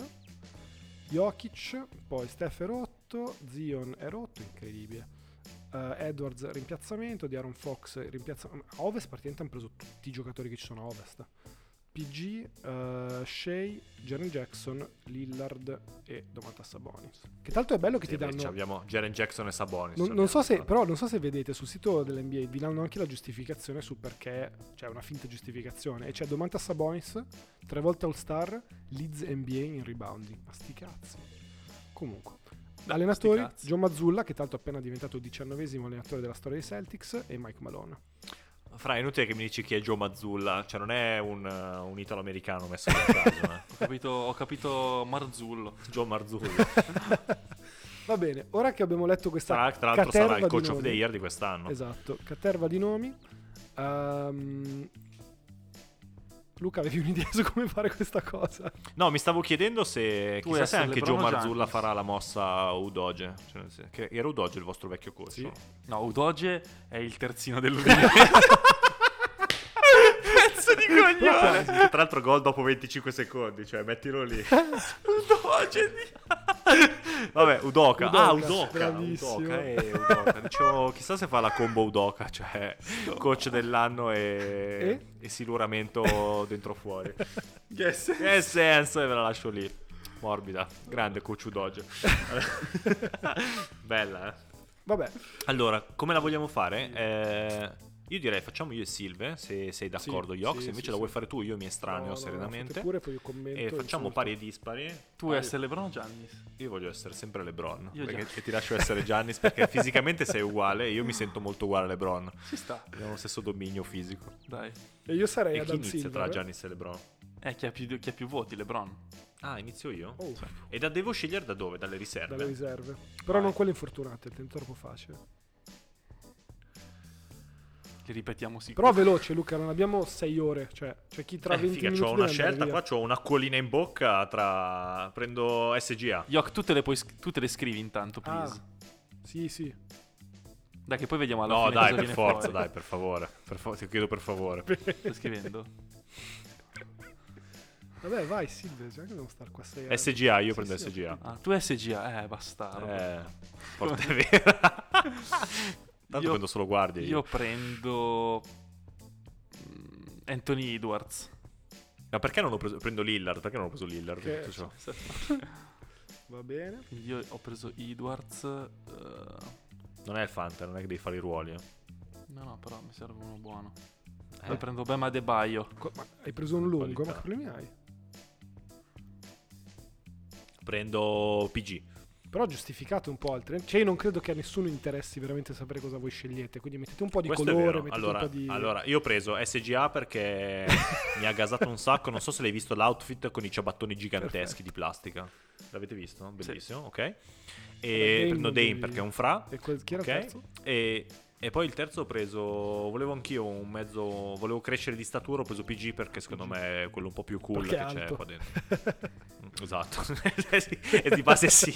S1: Jokic, poi Steph è rotto, Zion è rotto, incredibile. Eh, Edwards rimpiazzamento, di Aaron Fox rimpiazzamento. A Ovest praticamente hanno preso tutti i giocatori che ci sono a Ovest. PG, eh, Shea, Jaren Jackson, Lillard e Domantas Sabonis. Che tanto è bello che
S3: Sì,
S1: ti
S3: beh,
S1: danno...
S3: ci Abbiamo Jaren Jackson e Sabonis.
S1: Non,
S3: ci
S1: non so se,
S3: abbiamo, fra.
S1: però non so se vedete sul sito dell'NBA vi danno anche la giustificazione su perché c'è una finta giustificazione. E c'è Domanda Sabonis, tre volte All-Star, Leeds NBA in rebounding. Ma sti cazzi. Comunque, allenatori:
S2: sti cazzi.
S1: Joe Mazzulla, che tanto è appena diventato diciannovesimo allenatore della storia dei Celtics, e Mike
S3: (laughs)
S1: Malone.
S3: Fra, è inutile che mi dici chi è Joe Mazzulla. Cioè, non è un, eh, un italo-americano messo in caso. eh.
S2: Ho capito, ho capito Marzullo.
S3: Joe Mazzulla.
S1: (laughs) Va bene, ora che abbiamo letto questa
S3: Sarà- tra l'altro,
S1: caterva
S3: sarà il
S1: di
S3: coach of
S1: nomi-
S3: the year di quest'anno.
S1: Esatto, caterva di nomi. Ehm, Luca, avevi un'idea su come fare questa
S3: (laughs)
S1: cosa?
S3: No, mi stavo chiedendo se.
S2: Tu
S3: chissà se
S2: essere
S3: anche Joe
S2: LeBron o
S3: Mazzulla
S2: Giannis.
S3: farà la mossa Udoge. Cioè, nel senso- che era Udoge il vostro vecchio coach.
S1: Sì.
S3: no?
S2: No, Udoge è il terzino dell'Udinese. (laughs) Pezzo di coglione.
S3: Che
S1: Ah!
S3: tra l'altro gol dopo 25 secondi, cioè mettilo lì.
S2: Udoge di...
S3: (laughs) Vabbè, Udoka.
S1: Udoka,
S3: ah, Udoka.
S1: bravissimo.
S3: Udoka, eh, Udoka. Dicevo, chissà se fa la combo Udoka, cioè coach dell'anno e, e? siluramento dentro fuori.
S2: Yes.
S3: Che senso, e ve la lascio lì. Morbida. Grande coach
S1: (laughs)
S3: Udoge. Bella, eh.
S1: Vabbè,
S3: Allora, come la vogliamo fare? Eh, io direi facciamo io e Silve, se sei d'accordo,
S1: Sì,
S3: Yox.
S1: sì,
S3: invece
S1: sì,
S3: la
S1: sì.
S3: vuoi fare tu, io mi estraneo
S1: No, no, no,
S3: serenamente.
S1: fate pure, poi io commento
S3: e
S1: e
S3: facciamo
S1: insulto.
S3: pari e dispari.
S2: Tu
S3: Pari-
S2: essere Lebron o Giannis?
S3: Io voglio essere sempre LeBron.
S2: Io
S3: perché-
S2: già.
S3: e ti lascio essere Giannis
S2: (laughs)
S3: perché fisicamente sei uguale e io mi sento molto uguale a LeBron.
S2: Ci sta.
S3: Abbiamo lo stesso dominio fisico.
S2: Dai.
S1: E io sarei
S3: E, chi
S1: Adam
S3: inizia tra
S1: Silver.
S3: Giannis e LeBron?
S2: Eh, chi ha più, chi ha più voti, Lebron?
S3: Ah, inizio io?
S1: Oh,
S3: E da devo scegliere da dove? Dalle riserve.
S1: dalle riserve. Però
S3: Vai.
S1: non quelle infortunate, il tempo è troppo facile.
S2: Li ripetiamo sicuro.
S1: Però veloce, Luca, non abbiamo 6 ore. Cioè, c'è chi tra
S3: Eh,
S1: 20
S3: figa,
S1: minuti
S3: c'ho
S1: deve
S3: una
S1: andare
S3: scelta
S1: via.
S3: qua, c'ho un'acquolina in bocca tra... Prendo SGA.
S2: Yok, tu te le, puoi, sc- tu te le scrivi intanto, please.
S1: Ah, sì, sì.
S2: Dai, che poi vediamo alla
S3: No,
S2: fine
S3: dai,
S2: cosa
S3: per
S2: viene
S3: forza,
S2: fuori.
S3: dai, per favore. Per fo- ti chiedo per favore.
S2: Sto
S3: (laughs)
S2: scrivendo.
S1: Vabbè, vai, Silve, già che dobbiamo stare qua 6 ore.
S3: SGA, io
S1: Sì,
S3: prendo
S1: sì,
S3: SGA.
S2: Ah, tu SGA, eh, bastardo.
S3: Eh,
S2: (laughs)
S3: porca vera. Tanto
S2: Io-
S3: prendo solo guardie.
S2: Io
S3: Io.
S2: prendo mm, Anthony Edwards.
S1: (laughs)
S3: Ma perché non ho preso... Prendo Lillard, perché non ho preso Lillard?
S1: Che-
S3: Tutto ciò.
S1: Va bene.
S2: Quindi io ho preso Edwards. eh,
S3: Non è il Fanta, non è che devi fare i ruoli. eh.
S2: no, no, però mi serve uno buono.
S3: Eh.
S2: Poi prendo Bema De
S1: (laughs)
S2: Baio.
S1: Co- ma hai preso un lungo,
S3: Qualità.
S1: ma che problemi hai?
S3: Prendo PG.
S1: Però giustificate un po' altre. Cioè, io non credo che a nessuno interessi veramente sapere cosa voi scegliete. Quindi mettete un po' di
S3: Questo è
S1: colore,
S3: vero.
S1: mettete
S3: Allora,
S1: un po' di.
S3: allora, io ho preso SGA perché mi ha gasato un sacco. Non so se l'hai visto l'outfit con i ciabattoni giganteschi di plastica. L'avete visto? Bellissimo, ok.
S1: Allora,
S3: E
S1: Dame
S3: prendo
S1: non
S3: Dame
S1: devi-
S3: perché è un fra.
S1: E quel, chi era
S3: Ok.
S1: il terzo?
S3: E, e poi il terzo ho preso. Volevo anch'io un mezzo. Volevo crescere di statura. Ho preso PG perché secondo me è quello un po' più cool
S1: Perché
S3: che
S1: è
S3: c'è
S1: alto.
S3: qua dentro. Mm, esatto. (laughs) Eh sì, e di base sì.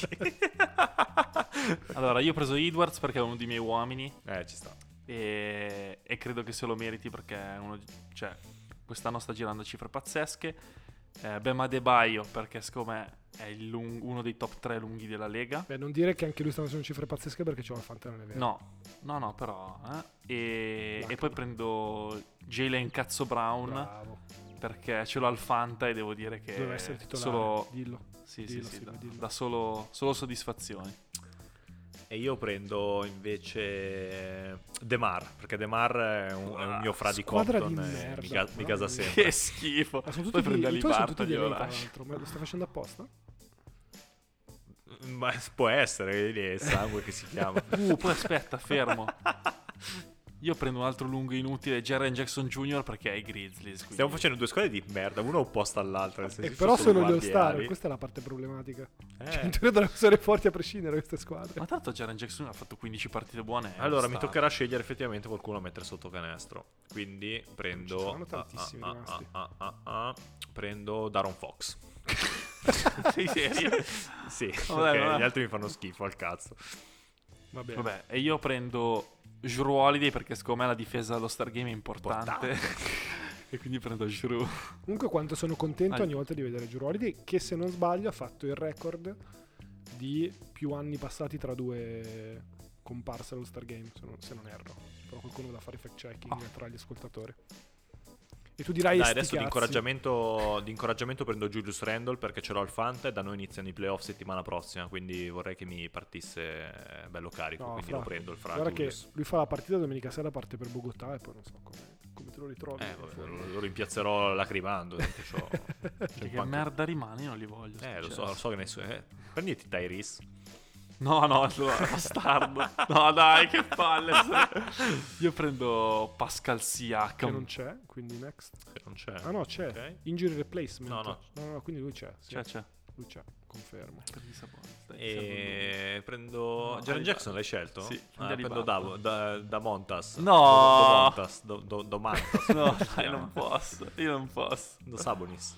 S2: Allora, io ho preso Edwards perché è uno dei miei uomini.
S3: eh, ci sta.
S2: E, e credo che se lo meriti perché è uno, cioè, quest'anno sta girando cifre pazzesche. Eh, Bema De Baio perché secondo me è il lung- uno dei top 3 lunghi della Lega.
S1: (laughs) Beh, non dire che anche lui sta facendo cifre pazzesche perché c'è una fanta, non è vero.
S2: No, no, no, però. eh. E, e
S1: Lacrima.
S2: poi prendo Jalen Cazzo Brown
S1: Bravo.
S2: perché ce l'ho al Fanta e devo dire che
S1: Doveva essere titolare.
S2: solo
S1: Dillo.
S2: sì,
S1: Dillo,
S2: sì, sì,
S1: Simo,
S2: da,
S1: dillo.
S2: da solo, solo soddisfazioni.
S3: E io prendo invece Demar, perché Demar è un, è un mio fra di
S1: Ah, Squadra
S3: Compton eh,
S1: di
S3: e
S1: merda,
S3: mi, ga- mi
S1: mamma
S3: casa
S1: mia.
S3: sempre.
S2: Che schifo.
S1: Ma sono
S2: Poi
S1: tutti di,
S2: prende
S1: i tuoi sono tutti
S2: Alibarta,
S1: di
S2: glielo
S1: lei, tra
S2: lascio.
S1: l'altro. Ma lo sta facendo apposta?
S3: (laughs) Ma può essere, lì è il sangue che si chiama.
S2: Uh, poi aspetta, fermo. Io prendo un altro lungo inutile, Jaren Jackson Jr. perché è i Grizzlies. quindi-
S3: Stiamo facendo due squadre di merda, una opposta all'altra. nel
S1: E
S3: senso,
S1: Eh, però
S3: sono
S1: sono gli
S3: guardiani.
S1: all-star, questa è la parte problematica.
S3: Eh.
S1: Cioè, in teoria (laughs) dovrebbero essere forti a prescindere queste squadre.
S2: Ma tanto Jaren Jackson ha fatto 15 partite buone. eh, è
S3: eh, Allora,
S2: all-star.
S3: mi
S2: (laughs)
S3: toccherà (laughs) scegliere effettivamente qualcuno a mettere sotto canestro. Quindi prendo.
S1: Ci saranno
S3: ah,
S1: tantissimi
S3: ah,
S1: rimasti.
S3: ah, ah, ah, ah. Prendo Daron Fox.
S2: Sei serio?
S1: (laughs)
S3: Sì,
S2: Vabbè,
S3: ok,
S2: vabbè.
S3: gli altri mi fanno schifo al cazzo.
S1: Vabbè.
S2: Vabbè, e io prendo Jrue Holiday perché secondo me la difesa allo Stargame è importante. (laughs) e quindi prendo Jrue.
S1: Comunque quanto sono contento
S2: Vai.
S1: ogni volta di vedere Jrue Holiday, che se non sbaglio ha fatto il record di più anni passati tra due comparse allo Star Game, se non, se non erro. Però qualcuno da fare fact checking
S2: Ah.
S1: tra gli ascoltatori. E tu dirai...
S3: Dai,
S1: "Sti
S3: adesso di
S1: cazzi".
S3: incoraggiamento, di incoraggiamento prendo Julius Randall perché ce l'ho al Fanta e da noi iniziano i playoff settimana prossima. Quindi vorrei che mi partisse eh, bello carico.
S1: No,
S3: quindi
S1: fra.
S3: lo prendo il fra.
S1: Guarda che
S3: Julius.
S1: lui fa la partita domenica sera, parte per Bogotà e poi non so come, come te lo ritrovi.
S3: Eh, vabbè, lo, lo rimpiazzerò lacrimando. tanto c'ho- c'ho il
S2: Che
S3: panco-
S2: merda rimane, io non li voglio.
S3: Eh, lo
S2: succede.
S3: so, lo so che nessuno. Eh. Prenditi Tyrese.
S2: No, no,
S3: (laughs)
S2: allora, bastardo. No, dai, che palle. Io prendo Pascal
S1: che
S2: Siakam.
S1: non c'è, quindi next.
S3: che non c'è.
S1: Ah no, c'è.
S3: Eh, Ok.
S1: Injury replacement.
S3: No, no.
S1: no, no, quindi lui c'è. sì.
S2: Cioè, c'è.
S1: Lui c'è, confermo.
S2: Prendi Sabonis, dai, Sabonis.
S3: E prendo.
S2: No,
S3: Jaren
S2: Haliburton.
S3: Jackson l'hai scelto?
S2: Sì,
S3: ah,
S2: prendi
S3: prendo Davo,
S2: Haliburton.
S3: da, da Montas.
S2: No!
S3: Domontas. Do, do, Domantas.
S2: (laughs) No,
S3: Come si
S2: dai,
S3: chiama?
S2: non posso. Io non posso.
S3: Do Sabonis.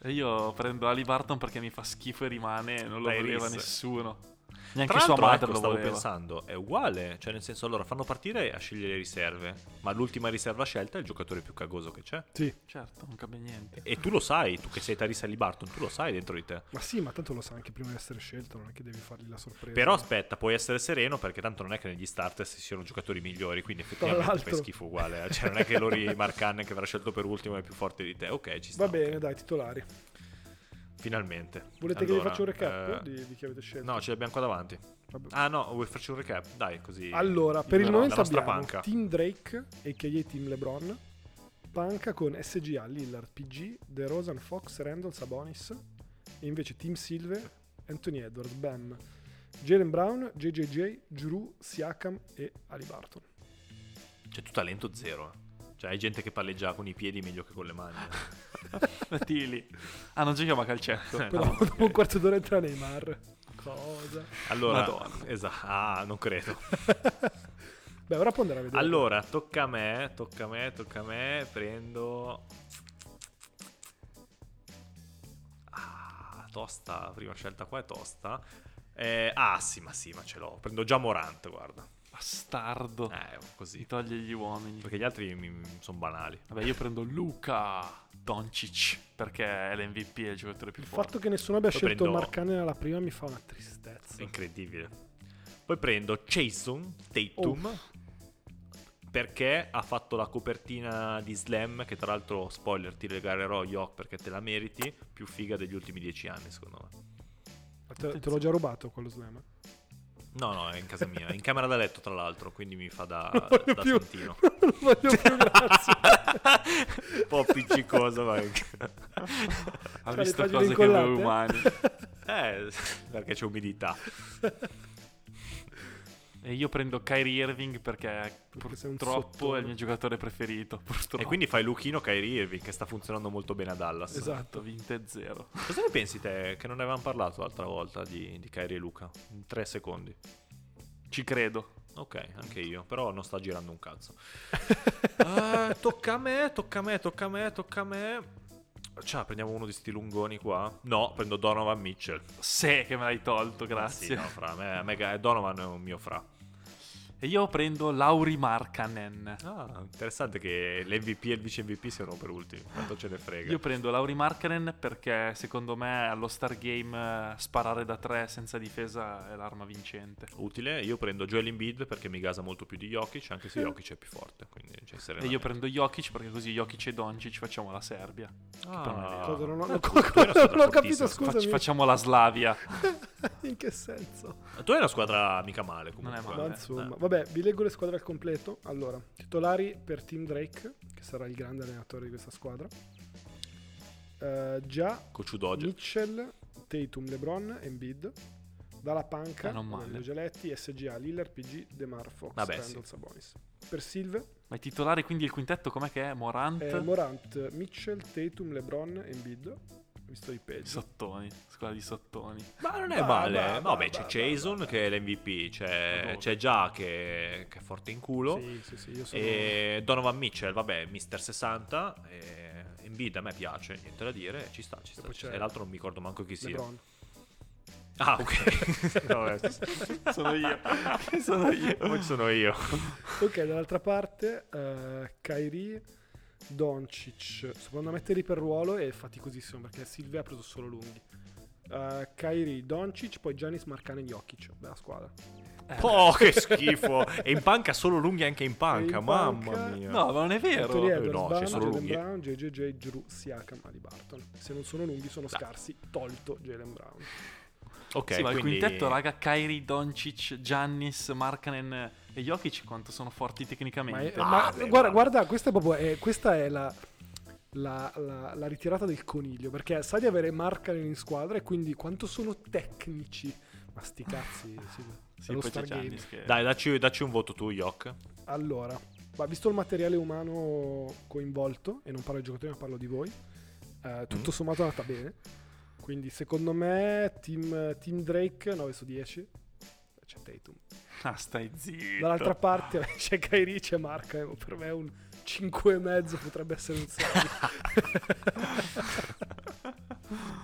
S2: E io prendo Ali Barton perché mi fa schifo e rimane. Non lo
S3: Dai,
S2: voleva
S3: Reese.
S2: nessuno.
S3: Tra
S2: Neanche sua
S3: l'altro,
S2: madre
S3: ecco,
S2: lo
S3: stavo
S2: voleva.
S3: pensando, è uguale. Cioè, nel senso, allora fanno partire a scegliere le riserve. Ma l'ultima riserva scelta è il giocatore più cagoso che c'è.
S1: Sì.
S2: Certo, non cambia niente.
S3: E tu lo sai, tu che sei Tarissa Libarton, tu lo sai dentro di te.
S1: Ma sì, ma tanto lo sa anche prima di essere scelto, non è che devi fargli la sorpresa.
S3: Però aspetta, puoi essere sereno perché tanto non è che negli starters ci siano giocatori migliori, quindi effettivamente
S1: l'altro.
S3: fai schifo uguale. eh. Cioè non è che Lori Marcanne che verrà scelto per ultimo è più forte di te. Ok, ci sta.
S1: Va bene,
S3: ok.
S1: dai, titolari.
S3: Finalmente.
S1: Volete che vi
S3: Allora,
S1: faccia un recap
S3: eh,
S1: di, di chi avete scelto?
S3: No, ce l'abbiamo qua davanti.
S1: Vabbè.
S3: Ah no, vuoi farci un recap? Dai, così.
S1: allora, per il
S3: No,
S1: momento
S3: la nostra
S1: abbiamo
S3: panca.
S1: Team Drake, a.k.a. Team LeBron, Panca con SGA, Lillard, PG, DeRozan, Fox, Randall, Sabonis, e invece Team Silver, Anthony Edwards, Bam, Jalen Brown, JJJ, Drew, Siakam e Ali Barton.
S3: Cioè tu talento zero. eh. Cioè hai gente che palleggia con i piedi meglio che con le mani. eh.
S2: Mettili lì. Ah, non giochiamo a calcetto.
S1: Però
S2: No.
S1: dopo un quarto d'ora entra Neymar.
S3: (laughs)
S1: Cosa?
S3: Allora,
S2: Madonna.
S3: esatto. Ah, non credo.
S1: Beh, ora può andare a vedere.
S3: Allora, tocca a me, tocca a me, tocca a me. Prendo. Ah, tosta. Prima scelta qua è tosta. Eh, ah, sì, ma sì, ma ce l'ho. Prendo già Morant, guarda.
S2: Bastardo.
S3: Eh,
S2: Si
S3: così.
S2: toglie gli uomini.
S3: Perché gli altri sono banali.
S2: Vabbè, io prendo Luca Doncic perché è l'MVP, è il giocatore più
S1: Il
S2: forte.
S1: fatto che nessuno abbia
S3: Poi
S1: scelto
S3: prendo-
S1: Marcanen alla prima mi fa una tristezza.
S3: Incredibile. Poi prendo Jason Tatum.
S1: Oh.
S3: Perché ha fatto la copertina di Slam, che tra l'altro, spoiler, ti regalerò Yok perché te la meriti, più figa degli ultimi dieci anni, secondo me.
S1: Te, te l'ho già rubato quello slam.
S3: No, no, è in casa mia, in camera da letto tra l'altro, quindi mi fa da,
S2: Ah,
S1: (laughs) Non voglio
S3: da
S1: più.
S3: santino.
S1: Non voglio più,
S2: (laughs)
S1: grazie.
S3: Un po' appiccicoso, ma...
S2: Ha
S1: Tra Cioè, le pagine
S2: visto cose che
S1: incollate?
S2: noi umani.
S3: Eh, perché c'è umidità.
S2: E io prendo Kyrie Irving perché,
S1: Perché sei un
S2: purtroppo
S1: sottone.
S2: è il mio giocatore preferito. Purtroppo.
S3: E quindi fai Luchino Kyrie Irving, che sta funzionando molto bene a Dallas.
S1: (laughs) esatto.
S2: vinte zero.
S3: Cosa ne pensi te, che non ne avevamo parlato l'altra volta di, di Kyrie e Luca? In tre secondi.
S2: Ci credo.
S3: Ok, anche io, però non sta girando un cazzo. Eh, tocca a me, tocca a me, tocca a me, tocca a me. Ciao, prendiamo uno di sti lungoni qua? No, prendo Donovan Mitchell.
S2: Se che me l'hai tolto,
S3: Ah, sì,
S2: grazie.
S3: no, fra me, me- Donovan è un mio fra.
S2: E io prendo Lauri Markkanen.
S3: Ah, interessante che l'MVP e il vice MVP siano per ultimi. Quanto ce ne frega.
S2: Io prendo Lauri Markkanen perché secondo me allo Star Game eh, sparare da tre senza difesa è l'arma vincente.
S3: Utile. Io prendo Joel Embiid perché mi gasa molto più di Jokic, anche se Jokic è più forte. Quindi c'è
S2: Eh. E io prendo Jokic perché così Jokic e Doncic facciamo la Serbia.
S3: Ah,
S1: Cosa non ho,
S3: Ah,
S1: non
S3: tu- tu eri una squadra
S1: ho capito,
S3: fortissima.
S2: Fac-
S1: scusami.
S2: facciamo la Slavia.
S1: (laughs) In che senso?
S3: Tu hai una squadra mica male comunque.
S2: Non è
S1: Ma
S2: male. Vabbè,
S1: insomma,
S3: eh.
S1: vabbè, vi leggo le squadre al completo. Allora, titolari per Team Drake, che sarà il grande allenatore di questa squadra. Eh, già
S3: Cocciudogge.
S1: Mitchell, Tatum, LeBron, Embiid. Dalla panca,
S2: Eh, non male.
S1: Danilo Gialetti, SGA, Lillard, PG, DeMar, Fox,
S3: Vabbè,
S1: Randall, Sabonis. Per Silve,
S2: Ma i titolari quindi il quintetto com'è che è? Morant?
S1: eh, Morant, Mitchell, Tatum, LeBron, Embiid. Visto i peggio.
S2: sottoni, squadra di sottoni.
S3: Ma non è
S1: Bah,
S3: male.
S1: bah,
S3: eh.
S1: bah,
S3: Vabbè, c'è
S1: bah,
S3: Jason che è l'MVP. C'è,
S2: Madonna.
S3: c'è già che, che è forte in culo.
S1: Sì, sì, sì, io sono...
S3: E Donovan Mitchell, vabbè, Mister 60. E Embiid a me piace, niente da dire. Ci sta, ci sta.
S1: poi
S3: ci sta.
S1: c'è
S3: E l'altro non mi ricordo manco chi sia.
S1: LeBron.
S3: Ah, ok. Vabbè,
S2: Sono
S3: (laughs)
S2: io. Sono io.
S3: Poi sono io.
S1: Ok, dall'altra parte eh, Kairi, Doncic, secondo me Terry per ruolo è faticosissimo perché Silvia ha preso solo lunghi. Eh, Kairi, Doncic, poi Giannis, Marcane, Jokic, bella squadra.
S2: Eh,
S3: Oh, che schifo. E in panca solo lunghi anche in panca.
S1: in
S3: mamma
S1: panca-
S3: mia.
S2: No, ma non è vero.
S1: Anthony Edwards,
S3: no, ci
S1: Barnes,
S3: sono
S1: Jalen
S3: lunghi.
S1: Brown, JJJ, Drew, Siakam, Ali Barton. Se non sono lunghi sono scarsi, tolto Jalen Brown.
S3: Ok,
S2: sì, ma
S3: quindi-
S2: il quintetto, raga, Kairi, Doncic, Giannis, Markkanen e Jokic quanto sono forti
S1: Ma, è-
S2: tecnicamente.
S1: ma-
S3: vabbè, guarda.
S1: guarda, guarda, questa è proprio è- questa è la, la- la- la ritirata del coniglio. Perché sa di avere Markkanen in squadra e quindi quanto sono tecnici. Ma sti cazzi, sì,
S2: Sì,
S1: è lo
S2: poi
S1: Star
S2: c'è
S1: Game.
S2: Giannis che...
S3: Dai, dacci, dacci un voto tu, Yok.
S1: Allora, ma visto il materiale umano coinvolto, e non parlo di giocatori, ma parlo di voi, eh, tutto
S3: Mm.
S1: sommato è andata bene. Quindi secondo me Team, team Drake 9 su 10. C'è Tatum.
S2: Ah, stai zitto.
S1: Dall'altra parte (laughs) c'è Kairi, c'è Marca. Per me è un 5,5 potrebbe essere un
S3: (laughs)
S1: 6.
S3: (laughs)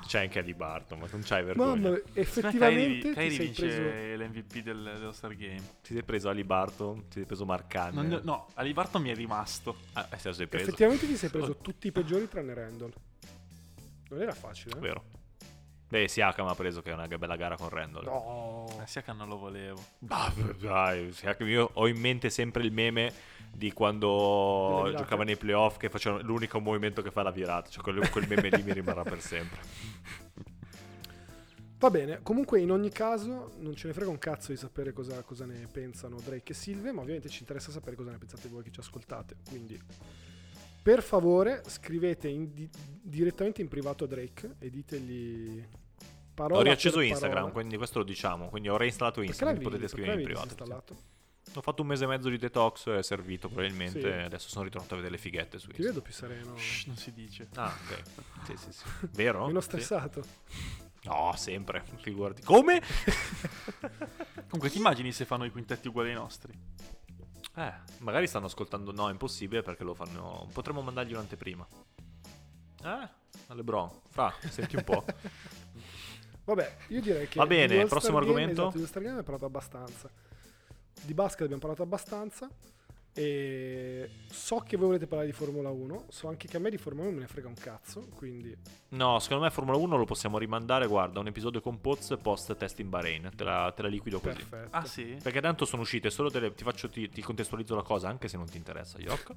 S3: C'è anche Ali Barton, ma non c'hai vergogna.
S1: Mamma, effettivamente
S2: Kairi, Kairi
S1: ti sei
S2: vince
S1: preso.
S2: l'MVP del, dello Star Game.
S3: Ti sei preso Ali Barton, ti sei preso Marcani.
S2: Non- no, Ali Barton mi è rimasto.
S3: Ah, eh, se lo sei preso.
S1: Effettivamente ti sei preso tutti i peggiori tranne Randall. Non era facile. Eh?
S3: Vero. Beh, Siakam ha preso che è una bella gara con Randall.
S1: No.
S2: Eh, sia che non lo volevo.
S3: Bah, dai, Siakam, io ho in mente sempre il meme di quando
S1: Delle virate.
S3: giocava nei playoff che facevano l'unico movimento che fa la virata. Cioè, quel, quel meme lì mi rimarrà per sempre.
S1: (laughs) Va bene, comunque in ogni caso non ce ne frega un cazzo di sapere cosa, cosa ne pensano Drake e Silve, ma ovviamente ci interessa sapere cosa ne pensate voi che ci ascoltate. Quindi per favore scrivete in- di- direttamente in privato a Drake e ditegli parola
S3: ho riacceso
S1: per
S3: Instagram,
S1: parola.
S3: quindi questo lo diciamo. Quindi ho reinstallato
S1: Perché
S3: Instagram,
S1: l'avevi-
S3: mi potete
S1: perché
S3: scrivere in
S1: l'avevi
S3: privato.
S1: disinstallato?
S3: Ho fatto un mese e mezzo di detox, è servito probabilmente.
S1: Sì.
S3: Adesso sono ritornato a vedere le fighette su
S1: Ti
S3: Instagram.
S1: vedo più sereno,
S2: Shh, non si
S1: Eh,
S2: dice.
S3: Ah, ok.
S1: (laughs)
S3: Sì, sì, sì. Vero?
S1: meno
S3: Sì.
S1: stressato.
S3: (laughs) No, sempre. Figurati. Come?
S2: Comunque, ti immagini se fanno i quintetti uguali ai nostri?
S3: Eh, magari stanno ascoltando. No, è impossibile perché lo fanno. Potremmo mandargli un'anteprima. Eh? Alle Lebron. Fra, senti un po'.
S1: (laughs) Vabbè, io direi che
S3: Va bene,
S1: di All-Star
S3: prossimo
S1: Game,
S3: argomento?
S1: Esatto, di All-Star Game abbiamo parlato abbastanza. Di basket abbiamo parlato abbastanza. E so che voi volete parlare di Formula 1, so anche che a me di Formula 1 me ne frega un cazzo, quindi
S3: No, secondo me Formula 1 lo possiamo rimandare. Guarda, un episodio con Poz post test in Bahrain. Te la, te la liquido così.
S1: perfetto.
S2: Ah, sì?
S3: Perché tanto sono uscite solo delle. Ti, faccio, ti, ti contestualizzo la cosa, anche se non ti interessa, Yok.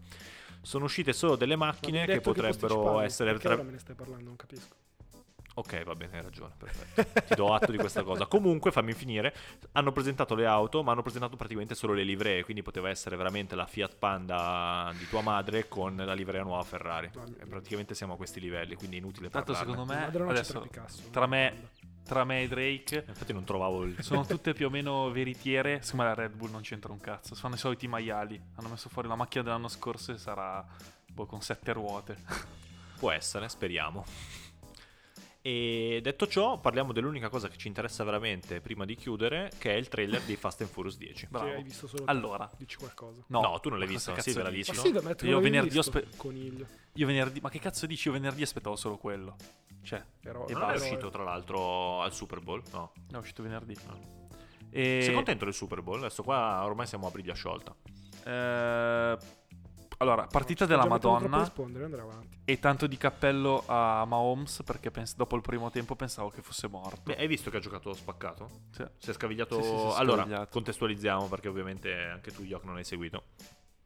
S3: Sono uscite solo delle
S1: Ma mi
S3: macchine
S1: hai
S3: che
S1: detto
S3: potrebbero
S1: posticipavi,
S3: essere.
S1: perché
S3: tra-
S1: ora me ne stai parlando, non capisco.
S3: Ok, va bene, hai ragione, perfetto. Ti do atto di questa
S1: (laughs)
S3: cosa. Comunque, fammi finire. Hanno presentato le auto, ma hanno presentato praticamente solo le livree, quindi poteva essere veramente la Fiat Panda di tua madre con la livrea nuova Ferrari. E praticamente siamo a questi livelli, quindi è inutile
S2: Tanto,
S3: parlarne.
S2: secondo
S1: Mia
S2: me,
S1: madre non Cioè, c'è
S2: adesso,
S1: tra Picasso,
S2: tra
S1: no?
S2: me, tra me e Drake,
S3: Infatti non trovavo il
S2: Sono tutte
S3: (laughs)
S2: più o meno veritiere. Secondo me la Red Bull non c'entra un cazzo. Sono i soliti maiali. Hanno messo fuori la macchina dell'anno scorso e sarà boh, con sette ruote.
S3: Può essere, speriamo. E detto ciò, parliamo dell'unica cosa che ci interessa veramente prima di chiudere, che è il trailer di Fast and Furious 10.
S1: Che
S2: Bravo.
S1: hai visto solo te.
S2: Allora,
S1: dici qualcosa.
S2: no,
S3: No, tu non l'hai
S2: ma
S3: visto,
S2: cosa
S3: Silvia
S2: cazzo
S3: l'ha
S2: dici?
S1: Ma
S3: visto?
S1: sì, da me te
S2: Io
S1: l'avevi
S2: venerdì
S1: visto,
S2: aspe-
S1: coniglio.
S2: Io venerdì, ma che cazzo dici? Io venerdì aspettavo solo quello. Cioè,
S1: Però eh,
S2: E
S3: Non
S2: basta.
S3: è uscito tra l'altro al Super Bowl? No.
S2: no, è uscito venerdì. E-
S3: Sei contento del Super Bowl? Adesso qua ormai siamo a briglia sciolta.
S2: eh, allora,
S1: Ci sto
S2: partita della
S1: già mettendo troppo a
S2: Madonna
S1: rispondere, andare avanti.
S2: e tanto di cappello a Mahomes perché pens- dopo il primo tempo pensavo che fosse morto.
S3: Beh, hai visto che ha giocato spaccato?
S2: Sì.
S3: Si è scavigliato.
S2: Sì, sì, si è
S3: allora,
S2: scavigliato.
S3: contestualizziamo perché ovviamente anche tu, Yok, non hai seguito.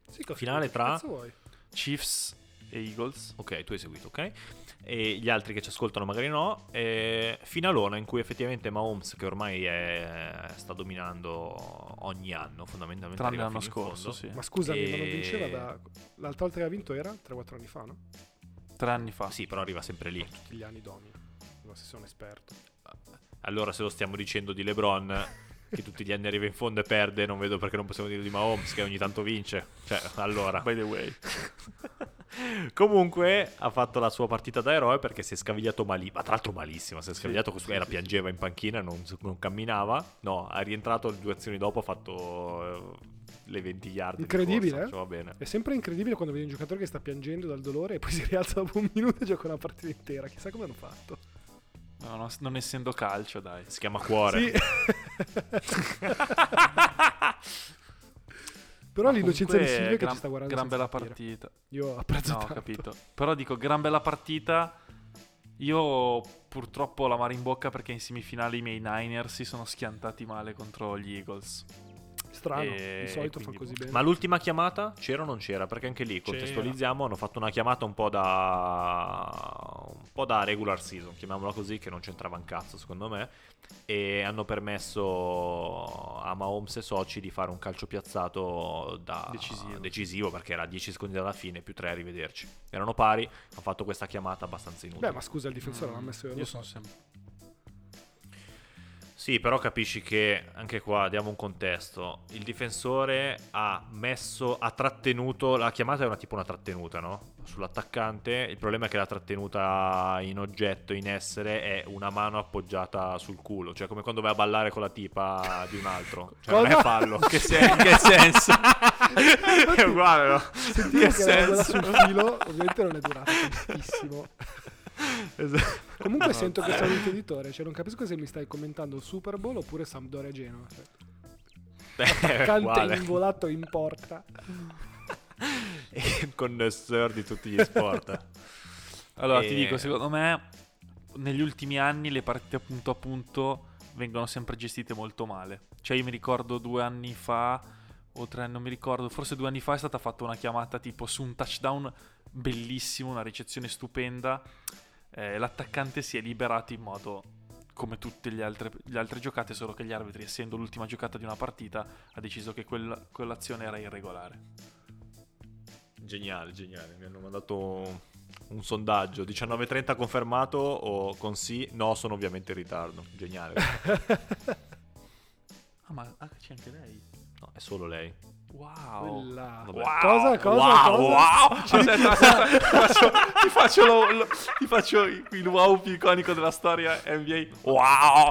S1: Sì, cazzo,
S3: Finale
S1: che
S3: tra-
S1: cazzo vuoi?
S2: Chiefs e Eagles.
S3: Ok, tu hai seguito, ok? E gli altri che ci ascoltano magari no. Eh, finalona in cui effettivamente Mahomes, che ormai è- sta dominando ogni anno, fondamentalmente.
S2: Tranne
S3: arriva
S2: l'anno
S3: fino in
S2: scorso,
S3: fondo.
S2: sì.
S1: Ma scusami, ma non
S3: E-
S1: vinceva da... L'altra volta che ha vinto era 3-4 anni fa, no?
S2: Tre anni fa.
S3: Ah, Sì, però arriva sempre lì.
S1: Tutti gli anni domina. Non so se sono esperto.
S3: Allora, se lo stiamo dicendo di LeBron, che tutti gli anni arriva in fondo e perde, non vedo perché non possiamo dire di Mahomes, che ogni tanto vince. Cioè,
S1: ah.
S3: allora.
S2: By the way.
S3: (laughs) Comunque ha fatto la sua partita da eroe perché si è scavigliato malissimo, ma tra l'altro malissimo, si è scavigliato,
S2: sì,
S3: era
S2: sì,
S3: piangeva in panchina, non, non camminava, no, ha rientrato due azioni dopo, ha fatto eh, le 20 yard. di
S1: Incredibile,
S3: corsa,
S1: eh?
S3: cioè, va bene.
S1: È sempre incredibile quando vedi un giocatore che sta piangendo dal dolore e poi (laughs) si rialza dopo un minuto e gioca una partita intera. Chissà come hanno fatto.
S2: No, no, non essendo calcio, dai.
S3: Si chiama cuore. (laughs)
S2: (laughs)
S1: Sì. Però
S2: Ma
S1: l'innocenza di
S2: comunque,
S1: Silvia che
S2: gran-
S1: ci sta guardando.
S2: Gran
S1: senza
S2: bella
S1: capire.
S2: partita.
S1: Io apprezzo
S2: No, ho
S1: tanto.
S2: capito. Però dico, gran bella partita. Io purtroppo ho la mare in bocca perché in semifinale i miei Niners si sono schiantati male contro gli Eagles.
S1: Strano,
S2: E
S1: di solito fa
S2: quindi- boh.
S1: così bene.
S3: Ma l'ultima chiamata c'era o non c'era? Perché anche lì contestualizziamo, hanno fatto una chiamata un po' da un po' da regular season, chiamiamola così, che non c'entrava un cazzo secondo me, e hanno permesso a Mahomes e Soci di fare un calcio piazzato da
S2: Decisivo.
S3: decisivo, perché era 10 secondi dalla fine più 3 arrivederci. Erano pari, hanno fatto questa chiamata abbastanza inutile.
S1: Beh, ma scusa, il difensore l'ha messo io.
S2: Mm, Io
S1: Lo
S2: sono
S1: so.
S2: sempre...
S3: Sì, però capisci che anche qua diamo un contesto. Il difensore ha messo, ha trattenuto. La chiamata è una tipo una trattenuta, no? Sull'attaccante. Il problema è che la trattenuta in oggetto, in essere, è una mano appoggiata sul culo. Cioè, come quando vai a ballare con la tipa di
S1: (laughs)
S3: un altro. Cioè, non è
S1: Cosa?
S3: fallo. Che, sen- che senso? è uguale, no? (laughs)
S1: Sentire che era quella sul filo, ovviamente non è durata
S3: (laughs)
S1: tantissimo.
S3: Esatto.
S1: Comunque
S3: (laughs)
S1: sento che sei un intenditore, cioè non capisco se mi stai commentando il Super Bowl oppure Sampdoria Genova. Cioè,
S3: È
S1: canta
S3: uguale.
S1: in volato in porta.
S3: Il connoisseur di tutti gli sport.
S2: Allora,
S3: E-
S2: ti dico, secondo me negli ultimi anni le partite a punto a punto vengono sempre gestite molto male. Cioè io mi ricordo due anni fa, o tre, non mi ricordo, forse due anni fa è stata fatta una chiamata tipo su un touchdown bellissimo, una ricezione stupenda. eh, l'attaccante si è liberato in modo come tutte le altre, le altre giocate, solo che gli arbitri, essendo l'ultima giocata di una partita, ha deciso che quel- quell'azione era irregolare.
S3: Geniale, geniale. Mi hanno mandato un sondaggio. 19.30 confermato o con sì? No, sono ovviamente in ritardo. Geniale.
S2: Ah, ma ah, c'è anche lei.
S3: No, è solo lei.
S2: Wow.
S1: Quella-
S3: Vabbè.
S1: Cosa, cosa,
S3: wow,
S1: cosa?
S3: wow.
S2: Aspetta, aspetta, Cioè, ti faccio, ti faccio lo- lo- ti faccio il wow più iconico della storia NBA.
S3: Wow.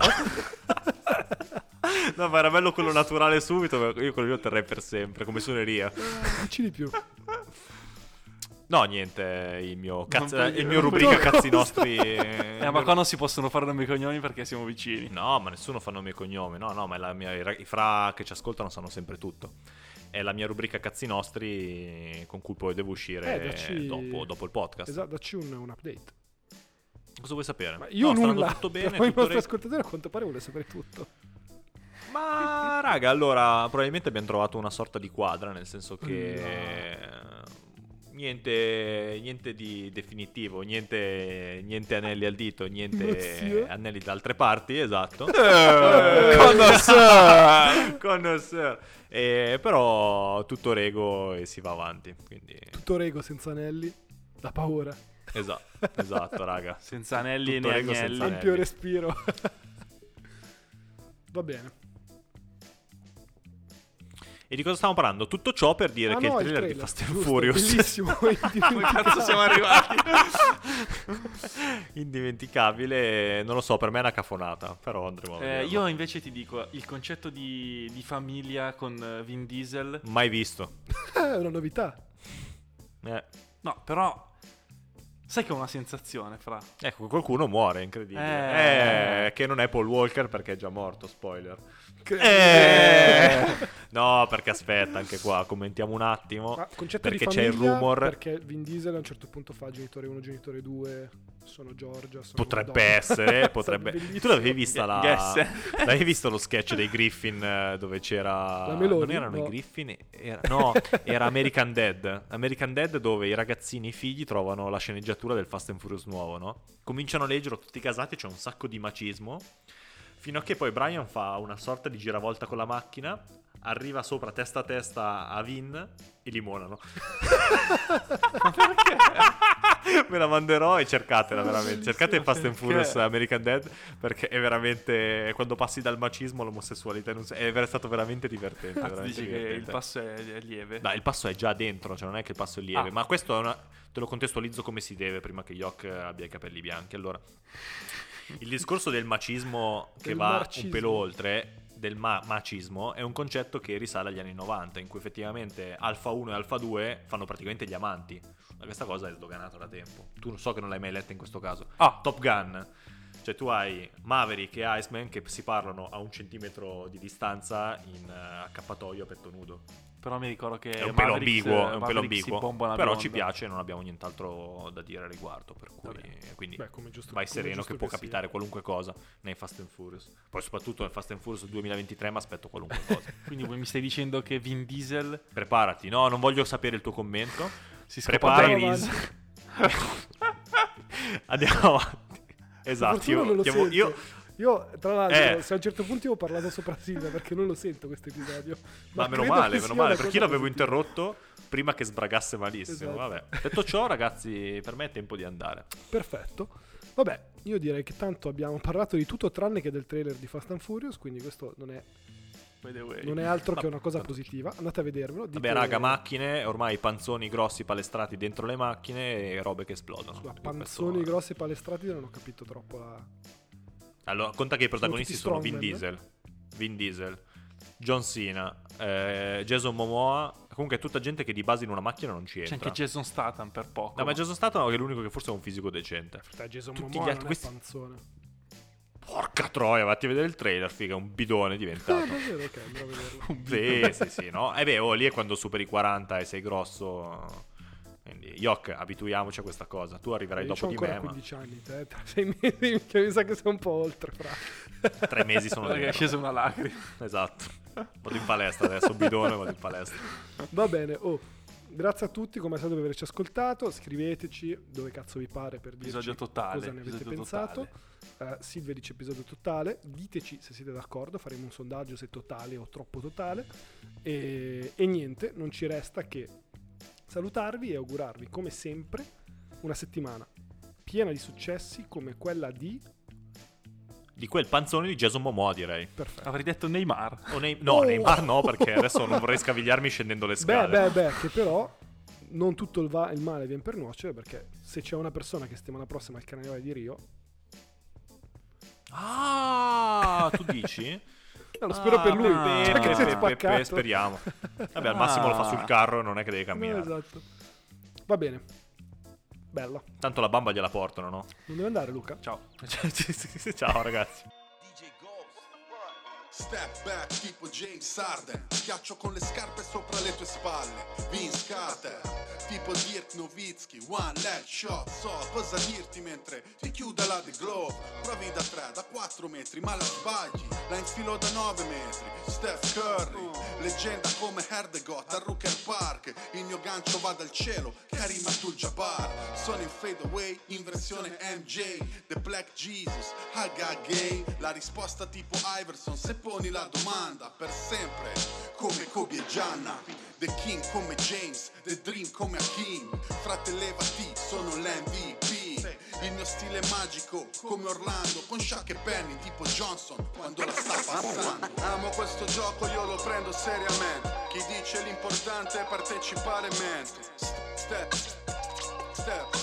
S3: no, ma era bello quello naturale subito. ma Io quello lì lo terrei per sempre, come suoneria.
S1: Eh, Dici di più.
S3: No, niente, il mio, cazzo,
S2: Non puoi-
S3: il mio
S2: non puoi-
S3: rubrica cazzi nostri. eh,
S2: Eh, ma qua non si possono fare nomi e cognomi perché siamo vicini.
S3: (laughs) No, ma nessuno fa nomi e cognomi. No, no, ma è la mia- i ra- i fra che ci ascoltano sanno sempre tutto. È la mia rubrica cazzi nostri con cui poi devo uscire
S1: Eh, dacci-
S3: dopo, dopo il podcast.
S1: Esatto, dacci un, un update.
S3: Cosa vuoi sapere?
S1: Ma io
S3: no, sta andando
S1: nulla. (laughs)
S3: tutto bene.
S1: Poi il
S3: tutto
S1: nostro
S3: re-
S1: ascoltatore a quanto pare vuole sapere tutto.
S3: Ma raga, allora probabilmente abbiamo trovato una sorta di quadra, nel senso che niente, niente di definitivo, niente, niente anelli al dito, niente
S1: Grazie.
S3: anelli da altre parti, esatto.
S1: Eh,
S2: Connoisseur.
S3: Connoisseur. Eh, però tutto rego e si va avanti, quindi
S1: Tutto rego senza anelli. La paura.
S3: esatto, esatto, raga.
S2: Senza anelli
S3: Tutto
S2: né
S3: rego senza
S2: agnelli.
S3: anelli.
S1: Ampio respiro. (laughs) Va bene.
S3: E di cosa stiamo parlando? Tutto ciò per dire
S1: Ah,
S3: che
S1: no,
S3: il trailer, di Fast and
S1: giusto,
S3: Furious (laughs)
S1: Bellissimo. Come
S2: Ah, Come cazzo siamo arrivati?
S3: (laughs) indimenticabile, non lo so, per me è una cafonata, però andremo a
S2: Eh,
S3: vedere.
S2: io invece ti dico, il concetto di, di famiglia con eh, Vin Diesel...
S1: Eh,
S3: mai visto.
S1: È una novità.
S3: Eh,
S2: No, però... Sai che ho una sensazione, fra.
S3: Ecco, qualcuno muore, incredibile.
S2: Eh.
S3: Eh, che non è Paul Walker perché è già morto, spoiler.
S1: Che-
S3: Eh. (laughs) no, perché aspetta, anche qua commentiamo un attimo.
S1: Ma concetto
S3: perché
S1: di
S3: c'è il
S1: famiglia,
S3: rumor.
S1: Perché Vin Diesel a un certo punto fa genitore 1, genitore 2, sono Giorgia, sono
S3: Potrebbe
S1: Madonna.
S3: essere,
S1: (laughs) Sarebbe
S3: potrebbe. Tu
S1: bellissimo.
S3: l'avevi vista la.
S2: Guess. (laughs)
S3: (laughs) L'avevi visto lo sketch dei Griffin eh, dove c'era.
S1: La Meloni?
S3: Non erano
S1: No.
S3: i Griffin, era- no, era American Dead. American Dead dove i ragazzini, i figli, trovano la sceneggiatura del Fast and Furious nuovo, no? Cominciano a leggerlo tutti casati, c'è un sacco di macismo. Fino a che poi Brian fa una sorta di giravolta con la macchina, arriva sopra testa a testa a Vin
S1: (laughs)
S3: e limonano. Me la manderò e cercatela veramente. Cercate Fast and
S2: Perché?
S3: Furious American Dead perché è veramente quando passi dal macismo all'omosessualità non so- è ver- stato veramente divertente.
S2: Tu
S3: veramente
S2: Ah, dici che
S3: divertente.
S2: il passo è, è lieve.
S3: No, il passo è già dentro, cioè non è che il passo è lieve,
S2: Ah.
S3: ma questo è una... te lo contestualizzo come si deve prima che Yok abbia i capelli bianchi. Allora, il discorso del macismo che
S1: Del
S3: va
S1: marcismo.
S3: un pelo oltre, del ma- macismo, è un concetto che risale agli anni 90, in cui effettivamente Alfa 1 e Alfa 2 fanno praticamente gli amanti. Ma questa cosa è sdoganata da tempo. Tu so che non l'hai mai letta in questo caso.
S2: Ah,
S3: Top Gun. Cioè tu hai Maverick e Iceman che si parlano a un centimetro di distanza in eh, accappatoio a petto nudo Eh,
S2: però mi ricordo che
S3: è un pelo
S2: Mavericks-
S3: ambiguo, è un pelo
S2: Mavericks si
S3: ambiguo,
S2: bomba una
S3: però
S2: bionda.
S3: ci piace e non abbiamo nient'altro da dire al riguardo, per cui eh,
S1: Vabbè.
S3: quindi
S1: Beh, come giusto-
S3: vai
S1: come
S3: sereno
S1: giusto
S3: che può
S1: che sia.
S3: capitare qualunque cosa nei Fast and Furious. Poi soprattutto nel Fast and Furious 2023 mi aspetto qualunque (laughs) cosa.
S2: Quindi voi mi stai dicendo che Vin Diesel
S3: Preparati, no, non voglio sapere il tuo (laughs) commento.
S2: si scopa
S3: Prepara
S2: il
S1: Andiamo
S2: viso.
S1: avanti.
S3: Andiamo avanti. Esatto,
S1: Per fortuna
S3: io,
S1: non lo
S3: chiamo-
S1: sente.
S3: io-
S1: Io, tra l'altro,
S3: Eh.
S1: se a un certo punto io ho parlato sopra Silvia perché non lo sento questo episodio.
S3: ma, meno
S1: credo
S3: male,
S1: che
S3: meno
S1: sia una
S3: male, perché io
S1: cosa
S3: l'avevo
S1: positiva.
S3: interrotto prima che sbragasse malissimo.
S1: Esatto.
S3: Vabbè. Detto ciò, ragazzi, per me è tempo di andare.
S1: Perfetto. Vabbè, io direi che tanto abbiamo parlato di tutto tranne che del trailer di Fast and Furious, quindi questo non è,
S2: By the way.
S1: non è altro che
S3: Ma-
S1: una cosa
S3: tanto-
S1: positiva. Andate a vedervelo. dite-
S3: Vabbè, raga, macchine, ormai panzoni grossi palestrati dentro le macchine e robe che esplodono.
S1: Scusa,
S3: Tipo
S1: panzoni
S3: questo-
S1: grossi palestrati non ho capito troppo la...
S3: Allora, conta che i protagonisti
S1: tutti
S3: sono Vin
S1: strongman.
S3: Diesel, Vin Diesel, John Cena, eh, Jason Momoa. Comunque, è tutta gente che di base in una macchina non ci
S2: C'è
S3: entra.
S2: anche Jason Statham per poco.
S3: No, ma Jason Statham è l'unico che forse ha un fisico decente.
S1: Dai, Jason
S3: Tutti
S1: Momoa
S3: gli
S1: non
S3: altri-
S1: è
S3: questi-
S1: panzone.
S3: Porca troia, vatti a vedere il trailer, figa, è un bidone
S1: Ah,
S3: diventato.
S1: davvero, ok, andrò a
S3: (laughs)
S1: vederlo. (laughs)
S3: sì, sì, sì, no? E beh, oh, lì è quando superi i 40 e sei grosso. Quindi, Yok, abituiamoci a questa cosa. Tu arriverai
S1: Eh, Io ho
S3: dopo di
S1: ancora
S3: me, ma
S1: 15 anni, te, (laughs) tra sei mesi, che mi sa che sei un po' oltre, fra.
S3: tre
S1: (laughs)
S3: mesi sono
S2: Guarda che è
S3: dentro.
S2: scesa una lacrima.
S3: Esatto. Vado in palestra adesso, bidone, vado in palestra.
S1: Va bene, oh, grazie a tutti come al solito per averci ascoltato, scriveteci dove cazzo vi pare per dirci
S2: Episodio totale,
S1: cosa ne avete
S2: episodio
S1: pensato.
S2: totale.
S1: Eh, Silvia dice episodio totale, diteci se siete d'accordo, faremo un sondaggio se totale o troppo totale e, e niente, non ci resta che salutarvi e augurarvi come sempre una settimana piena di successi come quella di...
S3: Di quel panzone di Jason Momoa, direi.
S1: Perfetto.
S2: Avrei detto Neymar.
S3: O nei- no,
S1: Oh!
S3: nei bar no, perché adesso non vorrei scavigliarmi scendendo le
S1: Beh,
S3: scale.
S1: beh, beh, che però non tutto il, va- il male viene per nuocere perché se c'è una persona che settimana prossima al Carnevale di Rio,
S3: Ah, tu dici?
S1: eh, (laughs) lo spero
S3: Ah,
S1: per lui,
S3: beh,
S1: cioè che
S3: beh,
S1: si è
S3: beh, beh,
S1: spaccato. (laughs)
S3: speriamo. Vabbè, al massimo lo fa sul carro, non è che deve
S1: No,
S3: camminare.
S1: esatto. Va bene. Bella.
S3: Tanto la bamba gliela portano, no?
S1: Non deve andare Luca.
S2: Ciao.
S1: Cioè,
S3: Ciao ragazzi.
S4: DJ Ghost. Step back tipo James Sarden Schiaccio con le scarpe sopra le tue spalle Vince Carter Tipo Dirk Nowitzki One leg shot So cosa dirti mentre ti chiuda la The Globe Provi da 3, da 4 metri ma la sbagli La infilo da 9 metri Steph Curry Leggenda come Herdegot a Rooker Park Il mio gancio va dal cielo Karim Abdul-Jabbar Sono in fade away in versione MJ The Black Jesus Haga Gay La risposta tipo Iverson se poni la domanda Per sempre come Kobe e Gianna The King come James The Dream come Hakim Fratellevati sono l'MVP Il mio stile è magico come Orlando Con Shaq e Penny tipo Johnson quando la sta passando Amo questo gioco io lo prendo seriamente Chi dice l'importante è partecipare mentre Step, Ah, step, step ah.